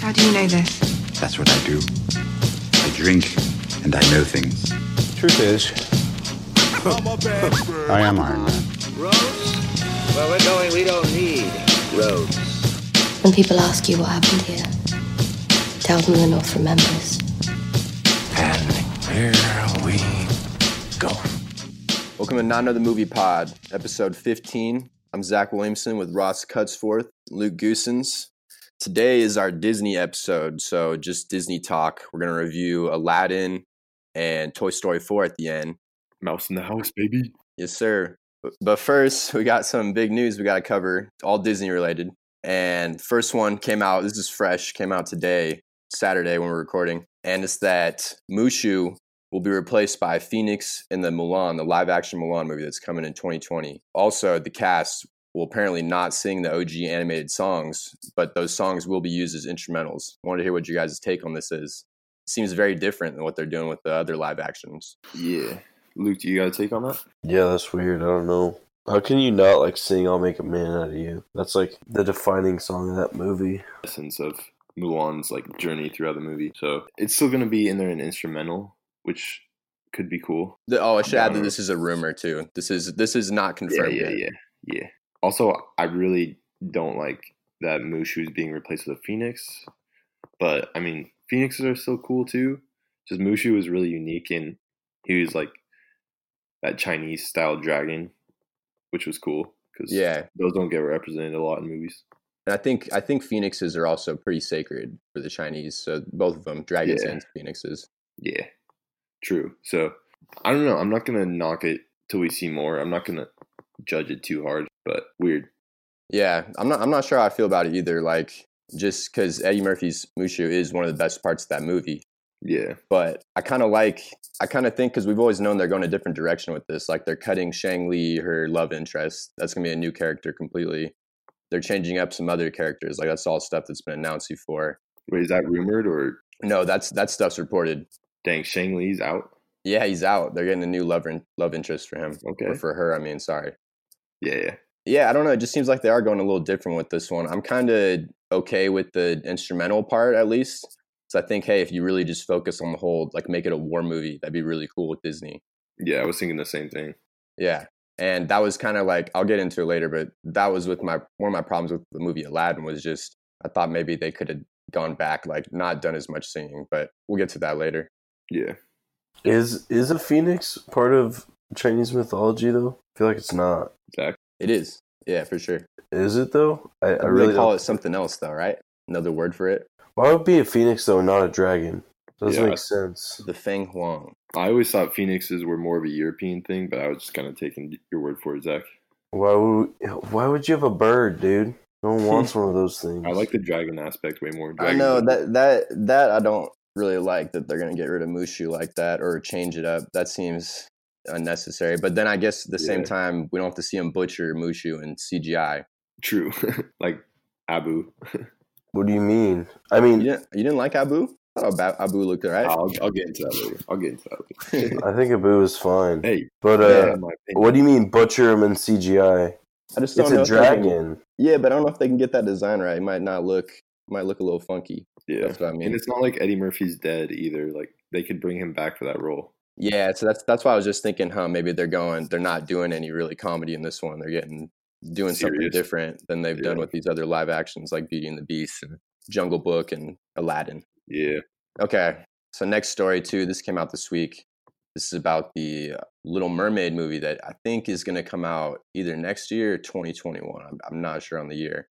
How do you know this? That's what I do. I drink and I know things. Truth is, I am Iron Man. Roads? Where we're going, we don't need roads. When people ask you what happened here, tell them the North remembers. And here we go. Welcome to Not Another Movie Pod, episode 15. I'm Zach Williamson with Ross Cutsforth, Luke Goosens. Today is our Disney episode, so just Disney talk. We're going to review Aladdin and Toy Story 4 at the end. Mouse in the house, baby. Yes, sir. B- But first, we got some big news we got to cover, all Disney related. And first one came out, this is fresh, came out today, Saturday when we're recording. And it's that Mushu will be replaced by Phoenix in the Mulan, the live action Mulan movie that's coming in 2020. Also, the cast will apparently not sing the OG animated songs, but those songs will be used as instrumentals. wanted to hear what you guys' take on this is. It seems very different than what they're doing with the other live actions. Yeah. Luke, do you got a take on that? Yeah, that's weird. I don't know. How can you not like sing "I'll Make a Man Out of You"? That's like the defining song of that movie. Essence of Mulan's like journey throughout the movie. So it's still gonna be in there an instrumental, which could be cool. The, oh, I should add that Rumor. this is a rumor too. This is this is not Yeah, confirmed yeah, yet. yeah, yeah. Also, I really don't like that Mushu's being replaced with a Phoenix. But I mean, Phoenixes are still cool too. Just Mushu was really unique and he was like that Chinese style dragon, which was cool because Yeah. those don't get represented a lot in movies. And I think I think phoenixes are also pretty sacred for the Chinese. So both of them, dragons Yeah. and phoenixes. Yeah, true. So I don't know. I'm not gonna knock it till we see more. I'm not gonna judge it too hard, but weird. Yeah, I'm not I'm not sure how I feel about it either. Like just because Eddie Murphy's Mushu is one of the best parts of that movie, Yeah, but I kind of like I kind of think because we've always known they're going a different direction with this. Like they're cutting Shang Li, her love interest. That's gonna be a new character completely. They're changing up some other characters. Like that's all stuff that's been announced before. wait, is that rumored or No, that's that stuff's reported. dang Shang Li's out? Yeah, he's out. They're getting a new love in, love interest for him. Okay. Or for her, I mean, sorry. Yeah, yeah. Yeah, I don't know. It just seems like they are going a little different with this one. I'm kind of okay with the instrumental part at least. So I think, hey, if you really just focus on the whole, like make it a war movie, that'd be really cool with Disney. Yeah, I was thinking the same thing. Yeah. And that was kind of like I'll get into it later, but that was with my one of my problems with the movie Aladdin was just I thought maybe they could have gone back, like not done as much singing, but we'll get to that later. Yeah, Is is a phoenix part of Chinese mythology though? I feel like it's not. Zach. It is. Yeah, for sure. Is it though? I, I I really really call don't- it something else though, right? Another word for it. Why would it be a phoenix though, and not a dragon? Doesn't Yeah. make sense. The Feng Huang. I always thought phoenixes were more of a European thing, but I was just kind of taking your word for it, Zach. Why would Why would you have a bird, dude? No one wants one of those things. I like the dragon aspect way more. I Dragon know that that that I don't really like that they're gonna get rid of Mushu like that or change it up. That seems unnecessary. But then I guess at the same Yeah. time we don't have to see him butcher Mushu in CGI. true. like Abu. What do you mean? I mean, You didn't you didn't like Abu? I thought Ab- Abu looked alright. Hmm. I'll, I'll get into that later. I'll get into that later. I think Abu is fine, hey, but yeah, uh, my opinion. what do you mean butcher him in CGI? I just don't It's know a if they can- dragon. yeah, but I don't know if they can get that design right. It might not look might look a little funky. Yeah. That's what I mean. And it's not like Eddie Murphy's dead either. Like they could bring him back for that role. Yeah, so that's that's why I was just thinking, huh? Maybe they're going, they're not doing any really comedy in this one. They're getting doing something Serious. different than they've done Yeah. with these other live actions like Beauty and the Beast and Jungle Book and Aladdin. Yeah. Okay, so next story too. This came out this week. This is about the uh, Little Mermaid movie that I think is going to come out either next year or 2021. I'm, I'm not sure on the year,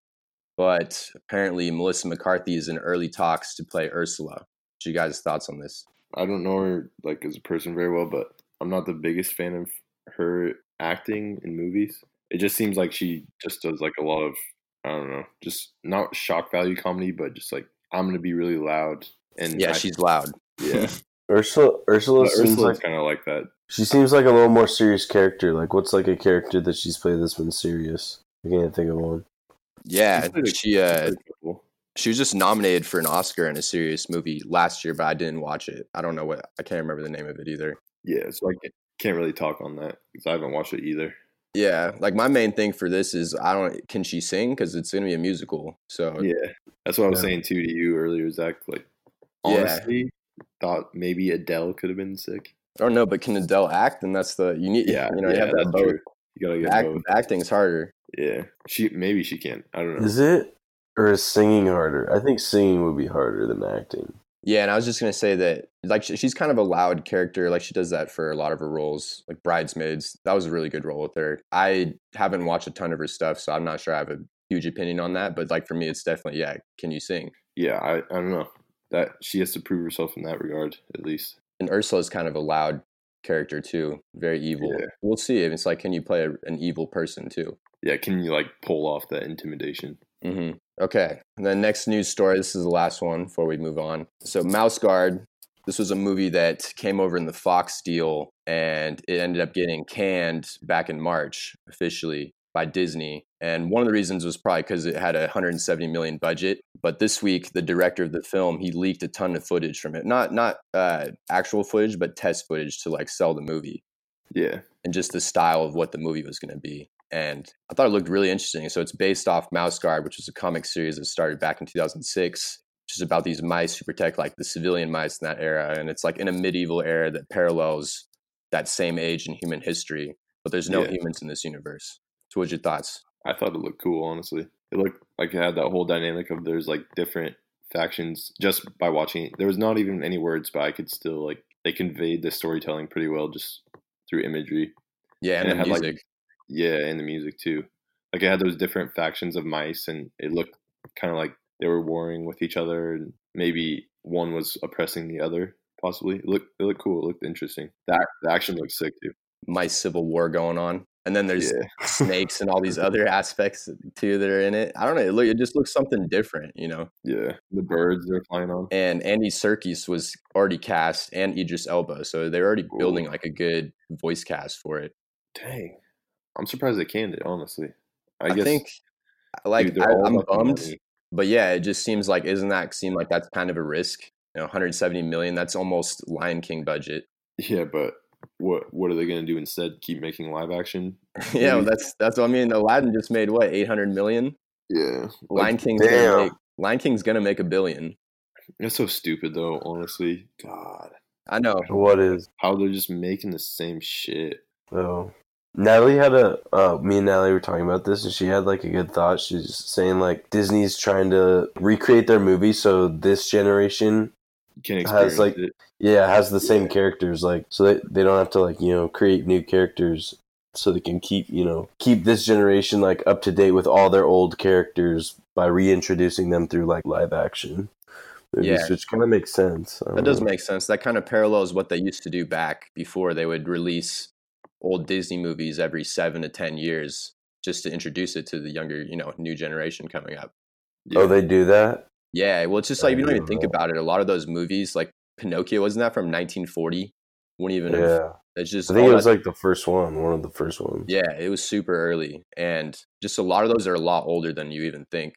but apparently Melissa McCarthy is in early talks to play Ursula. What's you guys' thoughts on this? I don't know her like as a person very well, but I'm not the biggest fan of her acting in movies. It just seems like she just does like a lot of I don't know, just not shock value comedy, but just like I'm gonna be really loud and Yeah, I- she's loud. yeah. Ursula Ursula But seems Ursula's like kind of like that. she seems like a little more serious character. Like what's like a character that she's played that's been serious? I can't think of one. Yeah, She's pretty- she uh, Pretty cool. she was just nominated for an Oscar in a serious movie last year, but I didn't watch it. I don't know what I can't remember the name of it either. Yeah, so I can't- can't really talk on that because I haven't watched it either. Yeah, like my main thing for this is I don't can she sing because it's gonna be a musical. So Yeah, that's what I was Yeah. saying too to you earlier, Zach. Like, Yeah. honestly, thought maybe Adele could have been sick. I don't know, but can Adele act? And that's the you need. Yeah, you know, you have that that's both. true. You gotta get Act, both. acting's harder. Yeah, she maybe she can. I don't know. Is it or is singing harder? I think singing would be harder than acting. Yeah, and I was just gonna say that like she, she's kind of a loud character. Like she does that for a lot of her roles, like Bridesmaids. That was a really good role with her. I haven't watched a ton of her stuff, so I'm not sure I have a huge opinion on that. But like for me, it's definitely yeah. Can you sing? yeah, I, I don't know. That she has to prove herself in that regard, at least. And Ursula's kind of a loud character too, very evil. Yeah. We'll see. It's like can you play a, an evil person too? Yeah, can you like pull off that intimidation? hmm Okay. And then next news story. This is the last one before we move on. So Mouse Guard. This was a movie that came over in the Fox deal, and it ended up getting canned back in March officially by Disney. And one of the reasons was probably because it had a 170 million budget. But this week, the director of the film he leaked a ton of footage from it not not uh, actual footage, but test footage to like sell the movie Yeah, and just the style of what the movie was going to be. And I thought it looked really interesting. So it's based off Mouse Guard, which was a comic series that started back in 2006, which is about these mice who protect like the civilian mice in that era. And it's like in a medieval era that parallels that same age in human history, but there's no Yeah. humans in this universe. So what's your thoughts? I thought it looked cool. Honestly, it looked like it had that whole dynamic of there's like different factions just by watching it. There was not even any words, but I could still like they conveyed the storytelling pretty well just through imagery. Yeah, and, And it the had, like, music. Yeah, and the music too. Like it had those different factions of mice, and it looked kind of like they were warring with each other, and maybe one was oppressing the other. Possibly, it looked it looked cool. It looked interesting. That the action looked sick too. mice civil war going on. And then there's Yeah, snakes and all these other aspects too that are in it. I don't know. It, look, it just looks something different, you know? yeah. The birds they're flying on. and Andy Serkis was already cast and Idris Elba, so they're already building like a good voice cast for it. Dang, I'm surprised they canned it. Honestly, I, I, guess think, dude, like, they're I, all I'm about the bummed, money. but yeah, it just seems like isn't that seem like that's kind of a risk? You know, 170 million, that's almost Lion King budget. Yeah, but what what are they gonna do instead? Keep making live action? yeah, well, Mhm. that's that's what I mean. Aladdin just made what 800 million. Yeah, Lion like, King's gonna damn. make, Lion King's gonna make a billion. that's so stupid though. Honestly, God, I know. What is how they're just making the same shit. though? Natalie had a uh, me and Natalie were talking about this, and she had like a good thought. She's saying like Disney's trying to recreate their movie, so this generation You can't Has, experience like, it. Yeah, it has the same characters, like so they, they don't have to like you know create new characters, so they can keep you know keep this generation like up to date with all their old characters by reintroducing them through like live action movies, Yeah. which kind of makes sense. I That don't does know. make sense. That kind of parallels what they used to do back before they would release old Disney movies every seven to ten years just to introduce it to the younger, you know, new generation coming up. Yeah. Oh, they do that. Yeah, well, it's just I like if you don't didn't even think know. about it. A lot of those movies, like Pinocchio, wasn't that from 1940? Wouldn't even. Have, Yeah, it's I just. think all it was that- like the first one, one of the first ones. yeah, it was super early, and just a lot of those are a lot older than you even think.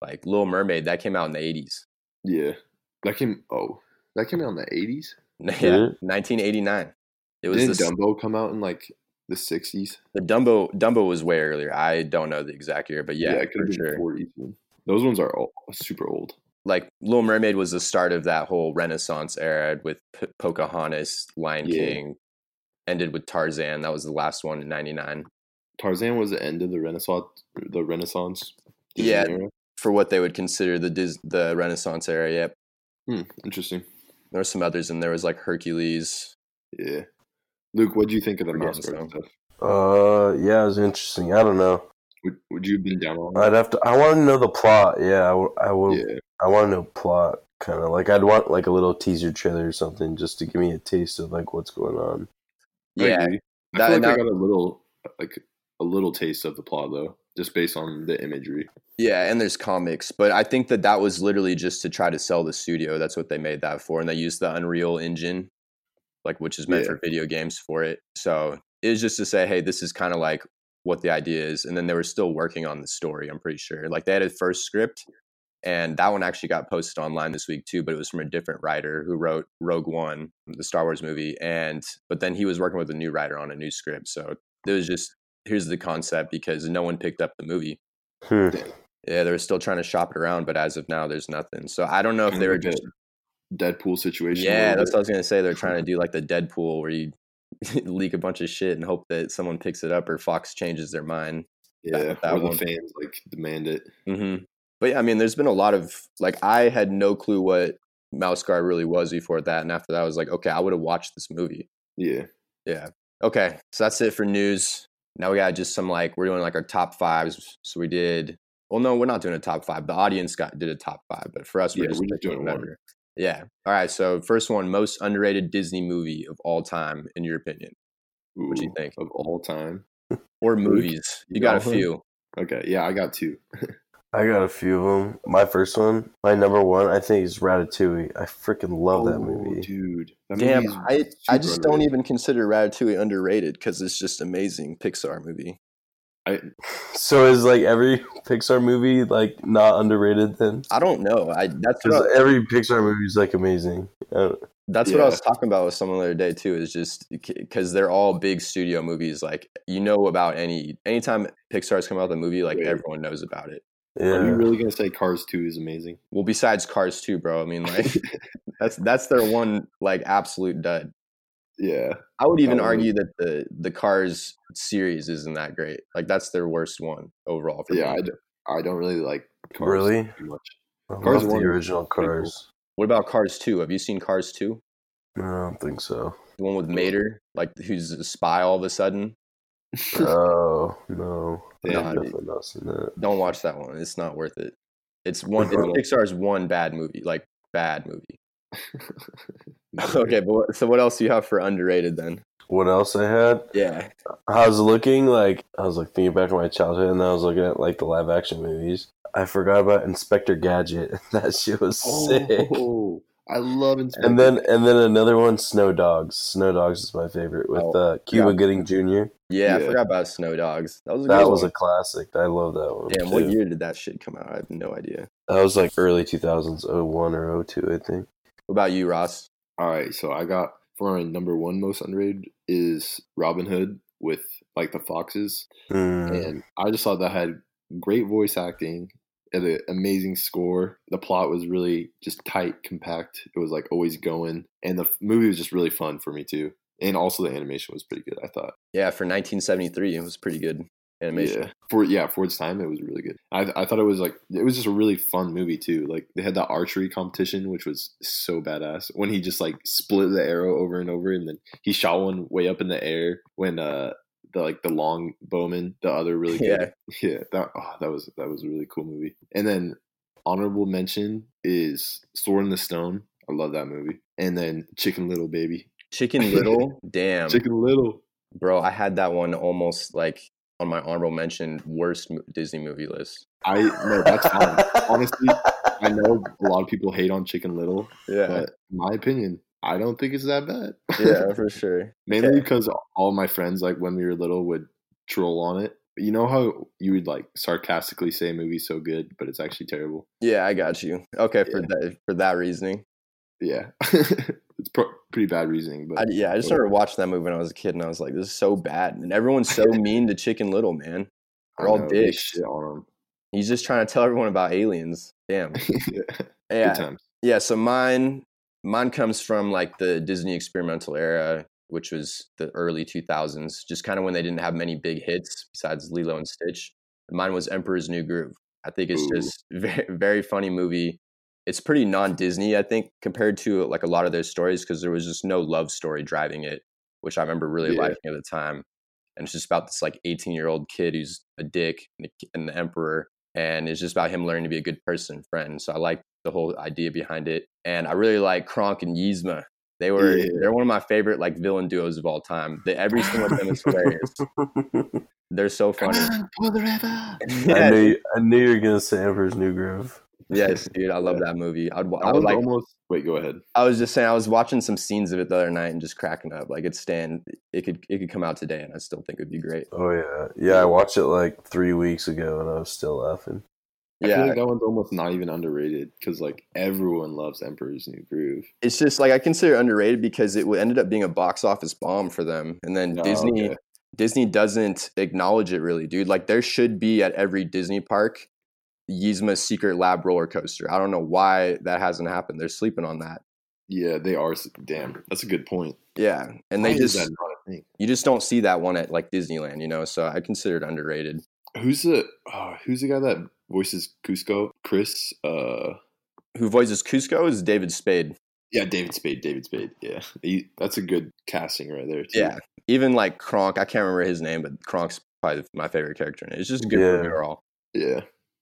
Like Little Mermaid, that came out in the 80s. Yeah, that came. Oh, that came out in the eighties. Yeah, Really? 1989. It was Didn't the Dumbo come out in like the sixties? The Dumbo Dumbo was way earlier. I don't know the exact year, but yeah, it could for have sure. been forties. Those ones are all super old. Like Little Mermaid was the start of that whole Renaissance era with P- Pocahontas, Lion Yeah. King, ended with Tarzan. That was the last one in '99. Tarzan was the end of the Renaissance. The Renaissance. Disney Yeah. era. For what they would consider the Dis- the Renaissance era, yep. Hmm, interesting. There were some others, and there was like Hercules. Yeah. Luke, what do you think of the Forgetting mouse guard some. stuff? Uh, yeah, it was interesting. I don't know. Would, would you have been down on I'd have to. I want to know the plot. Yeah, I, w- I will. Yeah, I want to know plot kind of like I'd want like a little teaser trailer or something just to give me a taste of like what's going on. I, Yeah, agree. I That- feel like that- I got a little, like a little taste of the plot though, just based on the imagery. yeah, and there's comics, but I think that that was literally just to try to sell the studio. That's what they made that for, and they used the Unreal Engine like which is meant Yeah. for video games for it. So it was just to say, hey, this is kind of like what the idea is. And then they were still working on the story, I'm pretty sure. Like they had a first script and that one actually got posted online this week too, but it was from a different writer who wrote Rogue One, the Star Wars movie. And but then he was working with a new writer on a new script. So it was just here's the concept because no one picked up the movie. Hmm. Yeah, they were still trying to shop it around, but as of now, there's nothing. So I don't know if Kinda they were like a just Deadpool situation. yeah. where That's what I was gonna say. They're trying to do like the Deadpool where you leak a bunch of shit and hope that someone picks it up or Fox changes their mind. yeah, that- that where the one. fans like demand it. Mm-hmm. But yeah, I mean, there's been a lot of like I had no clue what Mouse Guard really was before that, and after that, I was like, okay, I would have watched this movie. Yeah, Yeah. Okay, so that's it for news. Now we got just some like we're doing like our top fives. So we did. Well, no, we're not doing a top five. The audience got did a top five, but for us, we're Yeah, just, we're just picking doing one. whatever. Yeah. All right. So first one, most underrated Disney movie of all time, in your opinion, Ooh, do you think? of all time? or movies? You got a few. Okay, yeah, I got two. I got a few of them. My first one, my number one, I think is Ratatouille. I freaking love that movie. Oh, dude. That Damn, movie's I I super just don't underrated. even consider Ratatouille underrated because it's just amazing Pixar movie. So is like every Pixar movie like not underrated then? I don't know. I that's what, Because I- every Pixar movie is like amazing. Uh, that's what I Yeah. was talking about with someone the other day too. Is just because they're all big studio movies. Like you know about any anytime Pixar's come out with a movie, like Right. everyone knows about it. Are you yeah. really gonna say Cars Two is amazing? Well, besides Cars too, bro. I mean, like that's that's their one like absolute dud. Yeah, I would even Oh. argue that the the Cars series isn't that great. Like that's their worst one overall. For yeah. me. I, d- I don't really like Cars Really? too much. I love Cars the one was original pretty cool. Cars. What about Cars two? Have you seen Cars two? No, I don't think so. The one with Mater, like who's a spy all of a sudden. Oh no, Yeah, I've I- definitely not seen that. Don't watch that one. It's not worth it. It's one it's Really? Pixar's one bad movie, like bad movie. okay, but what, so what else do you have for underrated then? What else I had? Yeah. I was looking like I was like thinking back to my childhood, and I was looking at like the live action movies. I forgot about Inspector Gadget. That shit was sick. Oh, I love Inspector. And then and then another one, Snow Dogs. Snow Dogs is my favorite with Oh, uh, Cuba yeah. Gooding Jr. Yeah, I Yeah. forgot about Snow Dogs. That was a That good was a one. classic. I love that one. Damn, what too. year did that shit come out? I have no idea. That was like early 2000s, 01 or 02, I think. What about you, Ross? All right, so I got for my number one most underrated is Robin Hood with like the foxes, Mm. and I just thought that had great voice acting and an amazing score. The plot was really just tight, compact. It was like always going, and the f- movie was just really fun for me too. And also the animation was pretty good. I thought, Yeah, for 1973, it was pretty good animation. yeah, for yeah for its time, it was really good. I I thought it was like it was just a really fun movie too. Like they had that archery competition, which was so badass. When he just like split the arrow over and over, and then he shot one way up in the air when uh. The like the long bowman, the other really good yeah. yeah, that oh, that was that was a really cool movie. And then honorable mention is Sword in the Stone. I love that movie. And then Chicken Little Baby. Chicken Little, damn. Chicken Little. Bro, I had that one almost like on my honorable mention worst mo- Disney movie list. I no, that's fine. Honestly, I know a lot of people hate on Chicken Little, Yeah, but in my opinion, I don't think it's that bad. yeah, for sure. Mainly because all my friends, like when we were little, would troll on it. You know how you would like sarcastically say a movie's so good, but it's actually terrible. Yeah, I got you. Okay, for Yeah. that for that reasoning. Yeah, it's pro- pretty bad reasoning, but I, yeah, I just remember watching that movie when I was a kid, and I was like, "This is so bad," and everyone's so mean to Chicken Little, man. I They're all know, they dicks. Shit on He's just trying to tell everyone about aliens. Damn. them. Good Yeah, times. yeah. So mine, mine comes from like the Disney experimental era, which was the early two thousands, just kind of when they didn't have many big hits besides Lilo and Stitch. Mine was Emperor's New Groove. I think it's Ooh. just very, very funny movie. It's pretty non-Disney, I think, compared to like a lot of their stories because there was just no love story driving it, which I remember really Yeah. liking at the time. And it's just about this like 18-year-old kid who's a dick and the, ki- and the emperor, and it's just about him learning to be a good person and friend. So I like the whole idea behind it, and I really like Kronk and Yzma. They were Yeah. they're one of my favorite like villain duos of all time. The, every single one of them is hilarious. They're so funny. I, Yeah. knew you, I knew you were gonna say Emperor's New Groove. Yes, dude, I love that movie. I'd, wa- That I would was like. almost. Wait, go ahead. I was just saying, I was watching some scenes of it the other night and just cracking up. Like it's stand, it could it could come out today, and I still think it'd be great. Oh yeah, yeah. I watched it like three weeks ago, and I was still laughing. I feel Yeah, like that one's almost not even underrated because like everyone loves Emperor's New Groove. it's just like I consider it underrated because it w- ended up being a box office bomb for them, and then Oh, Disney okay. Disney doesn't acknowledge it really, dude. Like there should be at every Disney park Yzma's secret lab roller coaster. I don't know why that hasn't happened. They're sleeping on that. Yeah, they are. s- Damn, that's a good point. Yeah, and Why they is just that not a thing? you just don't see that one at like Disneyland, you know. So I consider it underrated. Who's the oh, Who's the guy that voices Cusco? Chris. Uh, Who voices Cusco is David Spade. yeah, David Spade. David Spade. Yeah, he, that's a good casting right there. Too. Yeah, even like Kronk. I can't remember his name, but Kronk's probably my favorite character, and it's just good Yeah. for overall. yeah.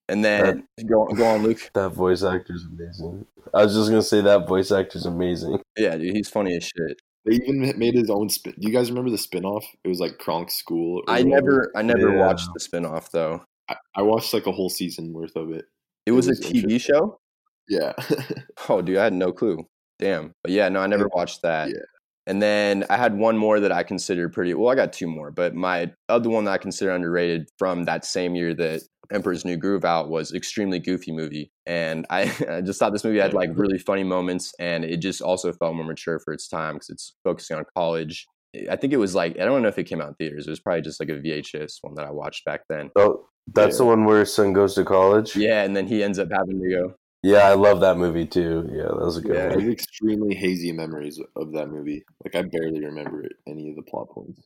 And then go go on, Luke. That voice actor's amazing. I was just gonna say that voice actor's amazing. Yeah, dude, he's funny as shit. They even made his own spin. Do you guys remember the spinoff? It was like Kronk School. or I whatever. never I never Yeah. watched the spinoff though. I, I watched like a whole season worth of it. It was, was a TV interesting. show. Yeah. Oh, dude, I had no clue. Damn. But yeah, no, I never watched that. Yeah. And then I had one more that I considered pretty well, I got two more, but my other one that I consider underrated from that same year that Emperor's New Groove out was extremely goofy movie. And I, I just thought this movie had like really funny moments and it just also felt more mature for its time because it's focusing on college. I think it was like I don't know if it came out in theaters. It was probably just like a VHS one that I watched back then. Oh, that's the one where his son goes to college. Yeah, and then he ends up having to go. Yeah, I love that movie too. Yeah, that was a good Yeah. I one. have extremely hazy memories of that movie. Like I barely remember it, any of the plot points.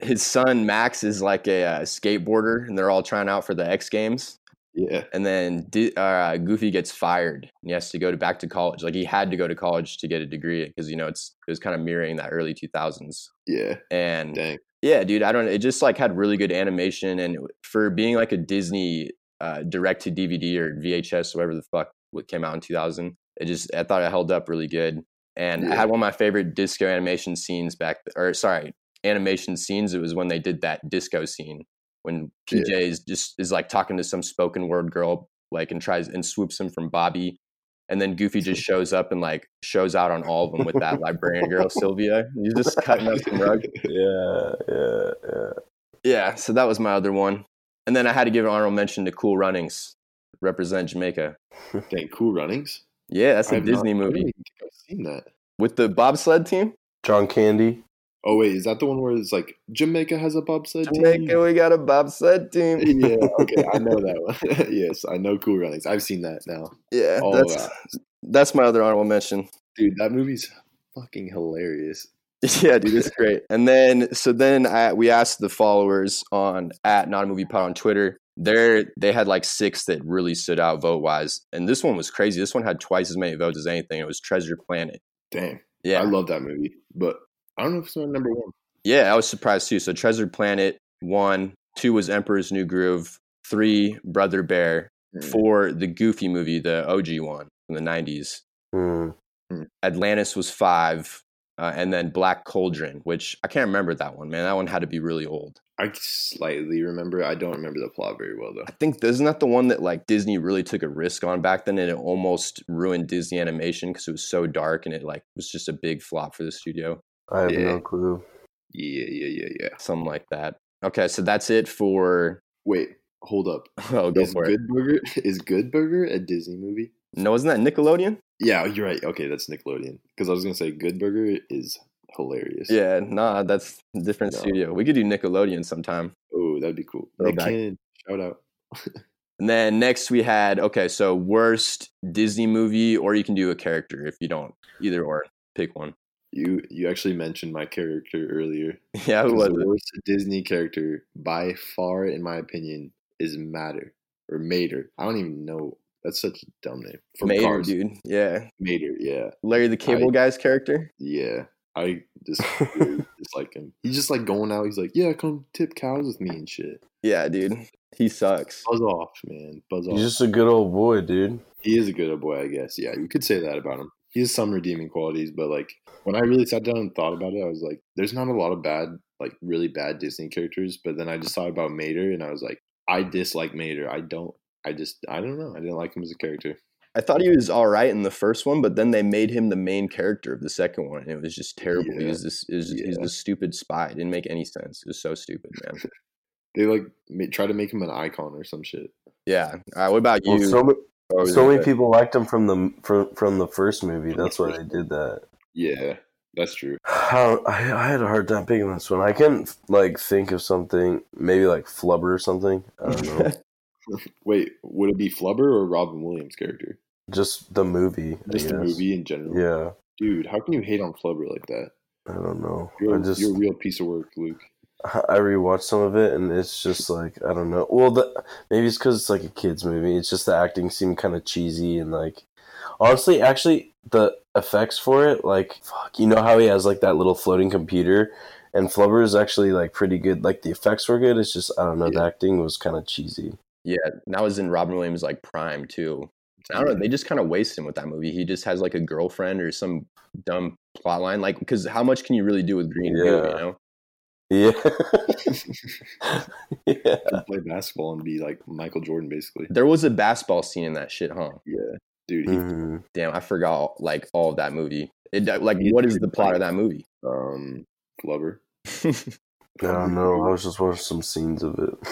His son Max is like a uh, skateboarder, and they're all trying out for the X Games. Yeah. and then Di- uh, Goofy gets fired and he has to go to back to college. Like he had to go to college to get a degree because you know it's it was kind of mirroring that early two thousands. Yeah. And Dang. yeah, dude, I don't. It just like had really good animation and it- for being like a Disney uh, direct to DVD or VHS, whatever the fuck what came out in two thousand. It just I thought it held up really good. And I Yeah. had one of my favorite disco animation scenes back, or sorry, animation scenes. It was when they did that disco scene when Yeah. PJ is just is like talking to some spoken word girl, like and tries and swoops him from Bobby, and then Goofy just shows up and like shows out on all of them with that librarian girl Sylvia. He's just cutting up some rug. Yeah, yeah, yeah. Yeah, so that was my other one, and then I had to give an honorable mention to Cool Runnings, represent Jamaica. Dang. Cool Runnings. Yeah, that's a I've not- Disney I don't movie even think I've seen that. with the bobsled team. John Candy. Oh wait, is that the one where it's like Jamaica has a bobsled team? Jamaica, we got a bobsled team. yeah, okay, I know that one. yes, I know Cool Runnings. I've seen that now. Yeah, All that's that. that's my other honorable mention. Dude, that movie's fucking hilarious. Yeah, dude, it's great. And then so then I, we asked the followers on at not a movie pod on Twitter. There they had like six that really stood out vote wise, and this one was crazy. This one had twice as many votes as anything. It was Treasure Planet. Damn. Yeah, I love that movie, but I don't know if it's my number one. yeah, I was surprised too. So Treasure Planet one, two was Emperor's New Groove, three Brother Bear, Mm. four the Goofy movie, the OG one from the nineties, Hmm. Atlantis was five, uh, and then Black Cauldron, which I can't remember that one. Man, that one had to be really old. I slightly remember. I don't remember the plot very well though. I think isn't that the one that like Disney really took a risk on back then, and it almost ruined Disney animation because it was so dark and it like was just a big flop for the studio, I have Yeah. no clue. Yeah, yeah, yeah, yeah. something like that. Okay, so that's it for. Wait, hold up. Oh, go is for it. Good Burger is Good Burger a Disney movie? No, isn't that Nickelodeon? Yeah, you're right. Okay, that's Nickelodeon. Because I was gonna say Good Burger is hilarious. Yeah, nah, that's a different No. studio. We could do Nickelodeon sometime. Oh, that'd be cool. Nick Throwback. Cannon, shout out. And then next we had okay, so worst Disney movie, or you can do a character if you don't either or pick one. You you actually mentioned my character earlier. Yeah, who Oh, was the it? worst Disney character by far, in my opinion, is Matter or Mater. I don't even know. That's such a dumb name. From Mater, Cars. dude. Yeah, Mater, yeah, Larry the Cable Guy's character. yeah. I just really dislike him. He's just like going out. He's like, yeah, come tip cows with me and shit. Yeah, dude, he sucks. Buzz off, man. Buzz off. He's just a good old boy, dude. he is a good boy, I guess. Yeah, you could say that about him. He has some redeeming qualities, but like when I really sat down and thought about it, I was like, there's not a lot of bad, like really bad Disney characters. But then I just thought about Mater, and I was like, I dislike Mater. I don't. I just. I don't know. I didn't like him as a character. I thought he was all right in the first one, but then they made him the main character of the second one, and it was just terrible. He Yeah. was this, is he's Yeah. this stupid spy. It didn't make any sense. It was so stupid, man. They like ma- try to make him an icon or some shit. yeah. All right. What about you? Well, so ma- Oh, so yeah. many people liked him from the from, from the first movie. That's why they did that. Yeah, that's true. I, I had a hard time picking this one. I couldn't like think of something, maybe like flubber or something. I don't know. Wait, would it be Flubber or Robin Williams' character? Just the movie. I Just the guess. movie in general. Yeah, Dude, how can you hate on Flubber like that? I don't know. You're, I just you're a real piece of work, Luke. I rewatched some of it and it's just like I don't know. Well, the, maybe it's because it's like a kids movie. It's just the acting seemed kind of cheesy and like honestly, actually, the effects for it, like fuck, you know how he has like that little floating computer, and Flubber is actually like pretty good. Like the effects were good. It's just I don't know. The acting was kind of cheesy. Yeah, and that was in Robin Williams like prime too. I don't know. They just kind of waste him with that movie. He just has like a girlfriend or some dumb plot line. Like, because how much can you really do with Green Goo? Yeah. You know? Yeah. yeah. Play basketball and be like Michael Jordan, basically. There was a basketball scene in that shit, huh? Dude, he, Mhm. Damn, I forgot like all of that movie. It, like, Yeah, what is dude, the plot of that movie? um, Flubber. I don't know. I was just watching some scenes of it.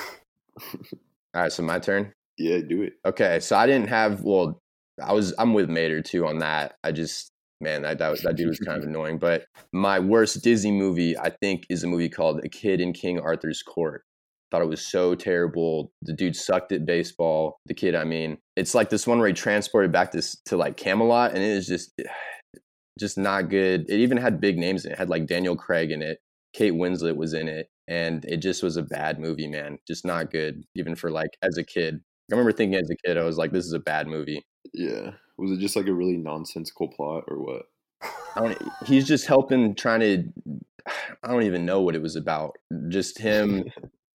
All right, so my turn. Yeah, do it. Okay, so I didn't have. Well, I was. I'm with Mater too on that. I just man, that that, was, that dude was kind of annoying. But my worst Disney movie, I think, is a movie called A Kid in King Arthur's Court. Thought it was so terrible. The dude sucked at baseball. The kid, I mean, it's like this one where he transported back this to like Camelot, and it is just, just not good. It even had big names in it. it had like Daniel Craig in it. Kate Winslet was in it, and it just was a bad movie, man. Just not good, even for like as a kid. I remember thinking as a kid, I was like, "This is a bad movie." Yeah. Was it just like a really nonsensical plot or what? I don't, he's just helping, trying to. I don't even know what it was about. Just him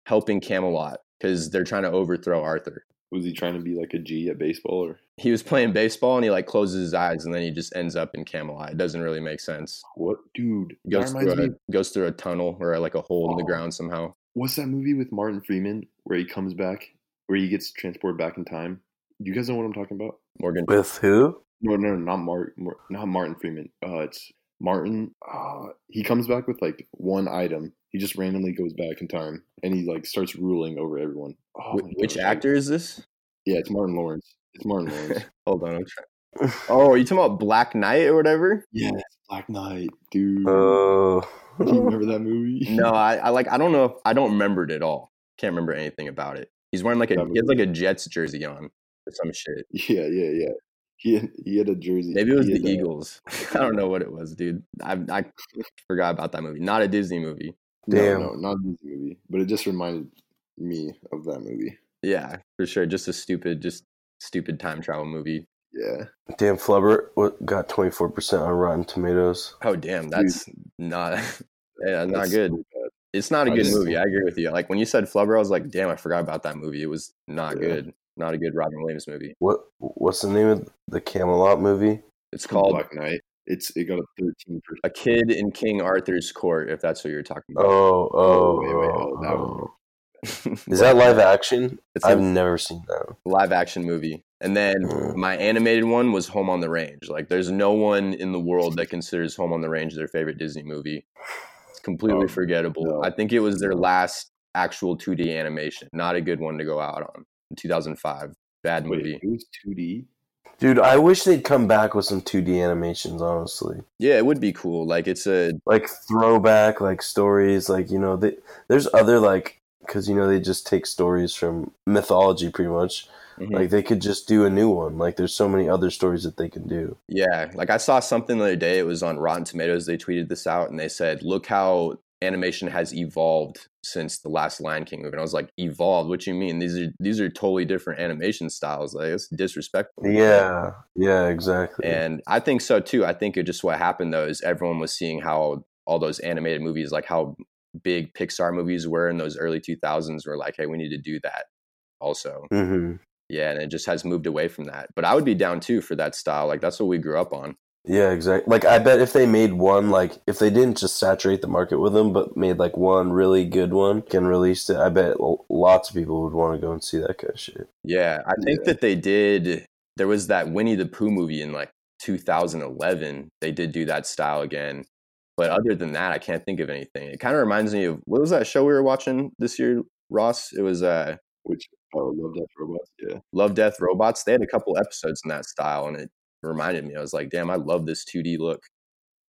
helping Camelot because they're trying to overthrow Arthur. Was he trying to be like a G at baseball or He was playing baseball and he like closes his eyes and then he just ends up in Camelot. It doesn't really make sense. what? Dude, He that Goes through reminds a, me. goes through a tunnel or like a hole in the Oh. ground somehow. What's that movie with Martin Freeman where he comes back, where he gets transported back in time? You guys know what I'm talking about? Morgan, With who? No, no, not Mark, Mar- not Martin Freeman. Uh, it's Martin. Uh, he comes back with like one item. He just randomly goes back in time and he like starts ruling over everyone. Oh, wh- my which gosh. actor is this? Yeah, it's Martin Lawrence. It's Martin Lawrence. Hold on, I'm trying. Oh, are you talking about Black Knight or whatever? yeah, it's Black Knight, dude. Oh. Do you remember that movie? No, I, I like I don't know. If, I don't remember it at all. Can't remember anything about it. He's wearing like a That he has like a Jets jersey on or some shit. Yeah, yeah, yeah. He had, he had a jersey. Maybe it was He the had, uh, Eagles. I don't know what it was, dude. I I forgot about that movie. Not a Disney movie. Damn. No, no, not this movie, but it just reminded me of that movie. Yeah, for sure. Just a stupid, just stupid time travel movie. Yeah, Damn, Flubber wa- got 24% on Rotten Tomatoes. Oh damn, that's not yeah, not That's good. so bad. It's not a I good just- movie. I agree with you. Like when you said Flubber, I was like, damn, I forgot about that movie. It was not Yeah. good. Not a good Robin Williams movie. What What's the name of the Camelot movie? It's called Black Knight. It's it got a thirteen percent. A Kid in King Arthur's Court, if that's what you're talking about. Oh, oh, wait, wait, oh, that oh. one. Is that live action? It's I've a never seen that. live action movie. And then Mm. my animated one was Home on the Range. Like, there's no one in the world that considers Home on the Range their favorite Disney movie. It's completely Oh, forgettable. no. I think it was their last actual 2D animation. Not a good one to go out on. In 2005, bad Wait, movie. it was two D. Dude, I wish they'd come back with some 2D animations, honestly. Yeah, it would be cool. Like, it's a Like throwback, like stories, like, you know, they, there's other, like, because, you know, they just take stories from mythology pretty much. Mhm. Like, they could just do a new one. Like, there's so many other stories that they can do. Yeah, like I saw something the other day. It was on Rotten Tomatoes. They tweeted this out and they said, "Look how animation has evolved since the last Lion King movie." And I was like, "Evolved? What you mean? These are these are totally different animation styles. Like it's disrespectful." Yeah, yeah, exactly. and I think so too. I think it just what happened though is everyone was seeing how all those animated movies, like how big Pixar movies were in those early two thousands, were like, "Hey, we need to do that." Also, hmm yeah, and it just has moved away from that. But I would be down too for that style. Like that's what we grew up on. Yeah, exactly. Like I bet if they made one, like if they didn't just saturate the market with them, but made like one really good one and released it, I bet l- lots of people would want to go and see that kind of shit. Yeah, I think that they did. There was that Winnie the Pooh movie in like 2011. They did do that style again. But other than that, I can't think of anything. It kind of reminds me of what was that show we were watching this year, Ross? It was uh, Which oh, love that robots. Yeah, Love, Death, Robots. They had a couple episodes in that style, and it reminded me. I was like, damn, I love this 2D look.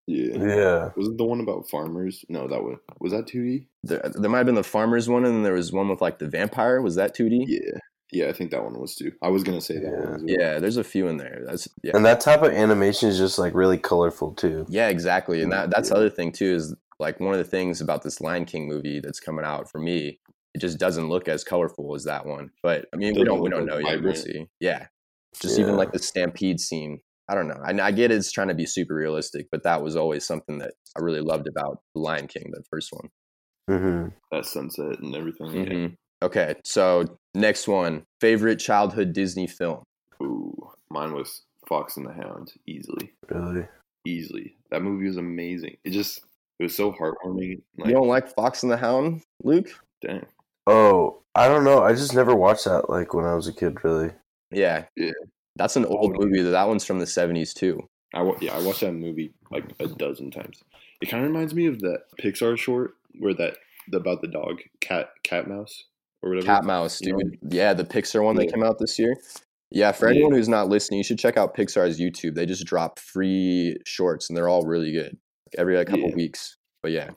Yeah. Yeah. Was it the one about farmers? No, that was was that 2D? There, uh, there might have been the farmers one, and then there was one with like the vampire. Was that 2D? Yeah. Yeah, I think that one was too. I was gonna say that one. As well. Yeah, there's a few in there. That's yeah, And that type of animation is just like really colorful too. yeah, exactly. And that that's the Yeah. other thing too is like one of the things about this Lion King movie that's coming out for me, it just doesn't look as colorful as that one. But I mean, we Doesn't don't we look don't as know yet. We'll vibrant. see. Yeah, just even Yeah. like the stampede scene. I don't know. I, I get it's trying to be super realistic, but that was always something that I really loved about the Lion King, the first one. Mm-hmm. That sunset and everything. Yeah. Mhm. Okay, so next one, favorite childhood Disney film. Ooh, mine was Fox and the Hound, easily, Really. easily. That movie was amazing. It just, it was so heartwarming. Like, You don't like Fox and the Hound, Luke? dang, Oh, I don't know. I just never watched that like when I was a kid. Really. Yeah, Yeah. That's an old Old. movie. That one's from the '70s too. I wa- yeah, I watched that movie like a dozen times. It kind of reminds me of that Pixar short where that about the dog, cat, cat mouse, or whatever. Cat Mouse, You dude. know? Yeah, the Pixar one that Yeah. came out this year. Yeah, for Yeah. anyone who's not listening, you should check out Pixar's YouTube. They just drop free shorts, and they're all really good. Every like, couple Yeah. weeks. But yeah,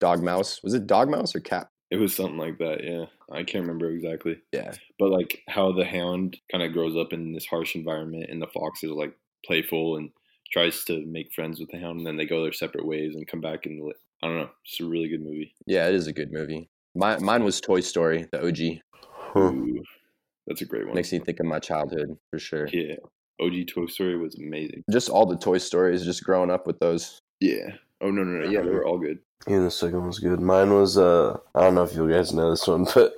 Dog Mouse was it Dog Mouse or Cat? It was something like that. Yeah, I can't remember exactly, Yeah, but like how the hound kind of grows up in this harsh environment, and the fox is like playful and tries to make friends with the hound, and then they go their separate ways and come back and li- I don't know. It's a really good movie. yeah, it is a good movie. My, mine was Toy Story, the OG. Huh. Ooh, that's a great one. Makes me think of my childhood for sure. Yeah, OG Toy Story was amazing. Just all the Toy Stories, just growing up with those. Yeah. Oh no no no. Yeah, they were all good. Yeah, the second one was good. Mine was uh, I don't know if you guys know this one, but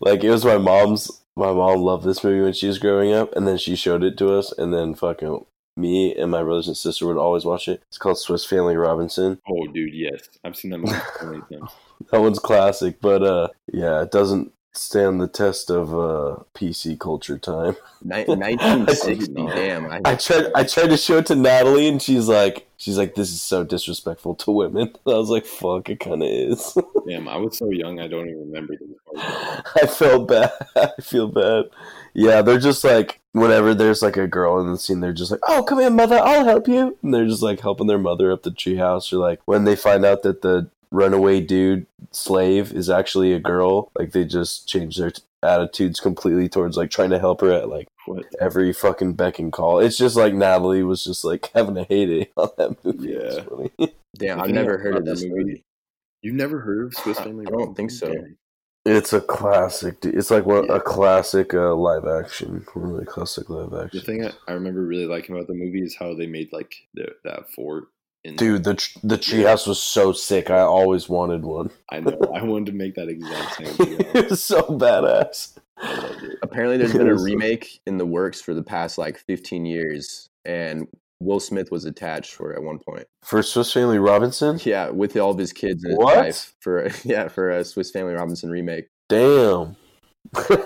like it was my mom's. My mom loved this movie when she was growing up, and then she showed it to us, and then fucking me and my brothers and sister would always watch it. It's called Swiss Family Robinson. Oh, dude, yes. I've seen that movie so many times. That one's classic, but uh, yeah, it doesn't stand the test of uh PC culture time. Ni- 1960, know. damn. I, I tried. I tried to show it to Natalie, and she's like, she's like, this is so disrespectful to women. I was like, fuck, it kind of is. Damn, I was so young, I don't even remember this part. I felt bad. I feel bad. Yeah, they're just like whenever there's like a girl in the scene, they're just like, "Oh, come in, mother, I'll help you," and they're just like helping their mother up the treehouse. Or like when they find out that the runaway dude slave is actually a girl, like they just change their t- attitudes completely towards like trying to help her at like What? every fucking beck and call. It's just like Natalie was just like having a heyday on that movie. It's Yeah. funny. damn, I I've think never I've heard heard of that this movie. movie. You've never heard of Swiss Family? I don't Robinson? think so. Damn. It's a classic. dude. It's like one, Yeah. a classic uh, live action, one of the classic live The action. thing I, I remember really liking about the movie is how they made like the, that fort. In Dude, the tr- the treehouse was so sick. I always wanted one. I know. I wanted to make that exact same. thing. it was so badass. I loved it. Apparently, there's been a Yes. remake in the works for the past like 15 years, and Will Smith was attached for it at one point. For Swiss Family Robinson, Yeah, with all of his kids and his What? wife for yeah for a Swiss Family Robinson remake. damn.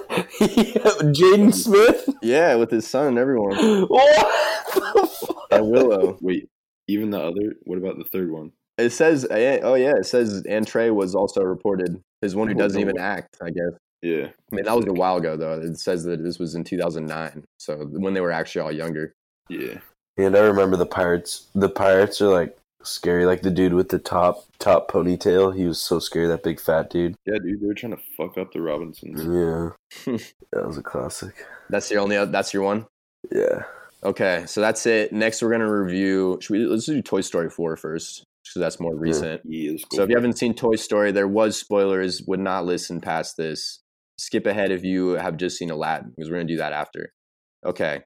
Jaden Smith, Yeah, with his son and everyone what the fuck? and Willow. "Oh, Wait, even the other? What about the third one? It says eh, oh yeah, it says and Trey was also reported. His one who Oh, doesn't no even way. act, I guess. Yeah. I mean, that was a while ago though. It says that this was in 2009, so when they were actually all younger. Yeah. And I remember the pirates. The pirates are like scary. Like the dude with the top top ponytail, he was so scary. That big fat dude. Yeah, dude, they were trying to fuck up the Robinsons. Yeah, that was a classic. That's your only. oth- That's your one. Yeah. Okay, so that's it. Next, we're gonna review. Should we let's do Toy Story 4 first, because that's more recent. Yeah, let's go So if you for it. haven't seen Toy Story, there was spoilers. Would not listen past this. Skip ahead if you have just seen Aladdin, because we're gonna do that after. Okay,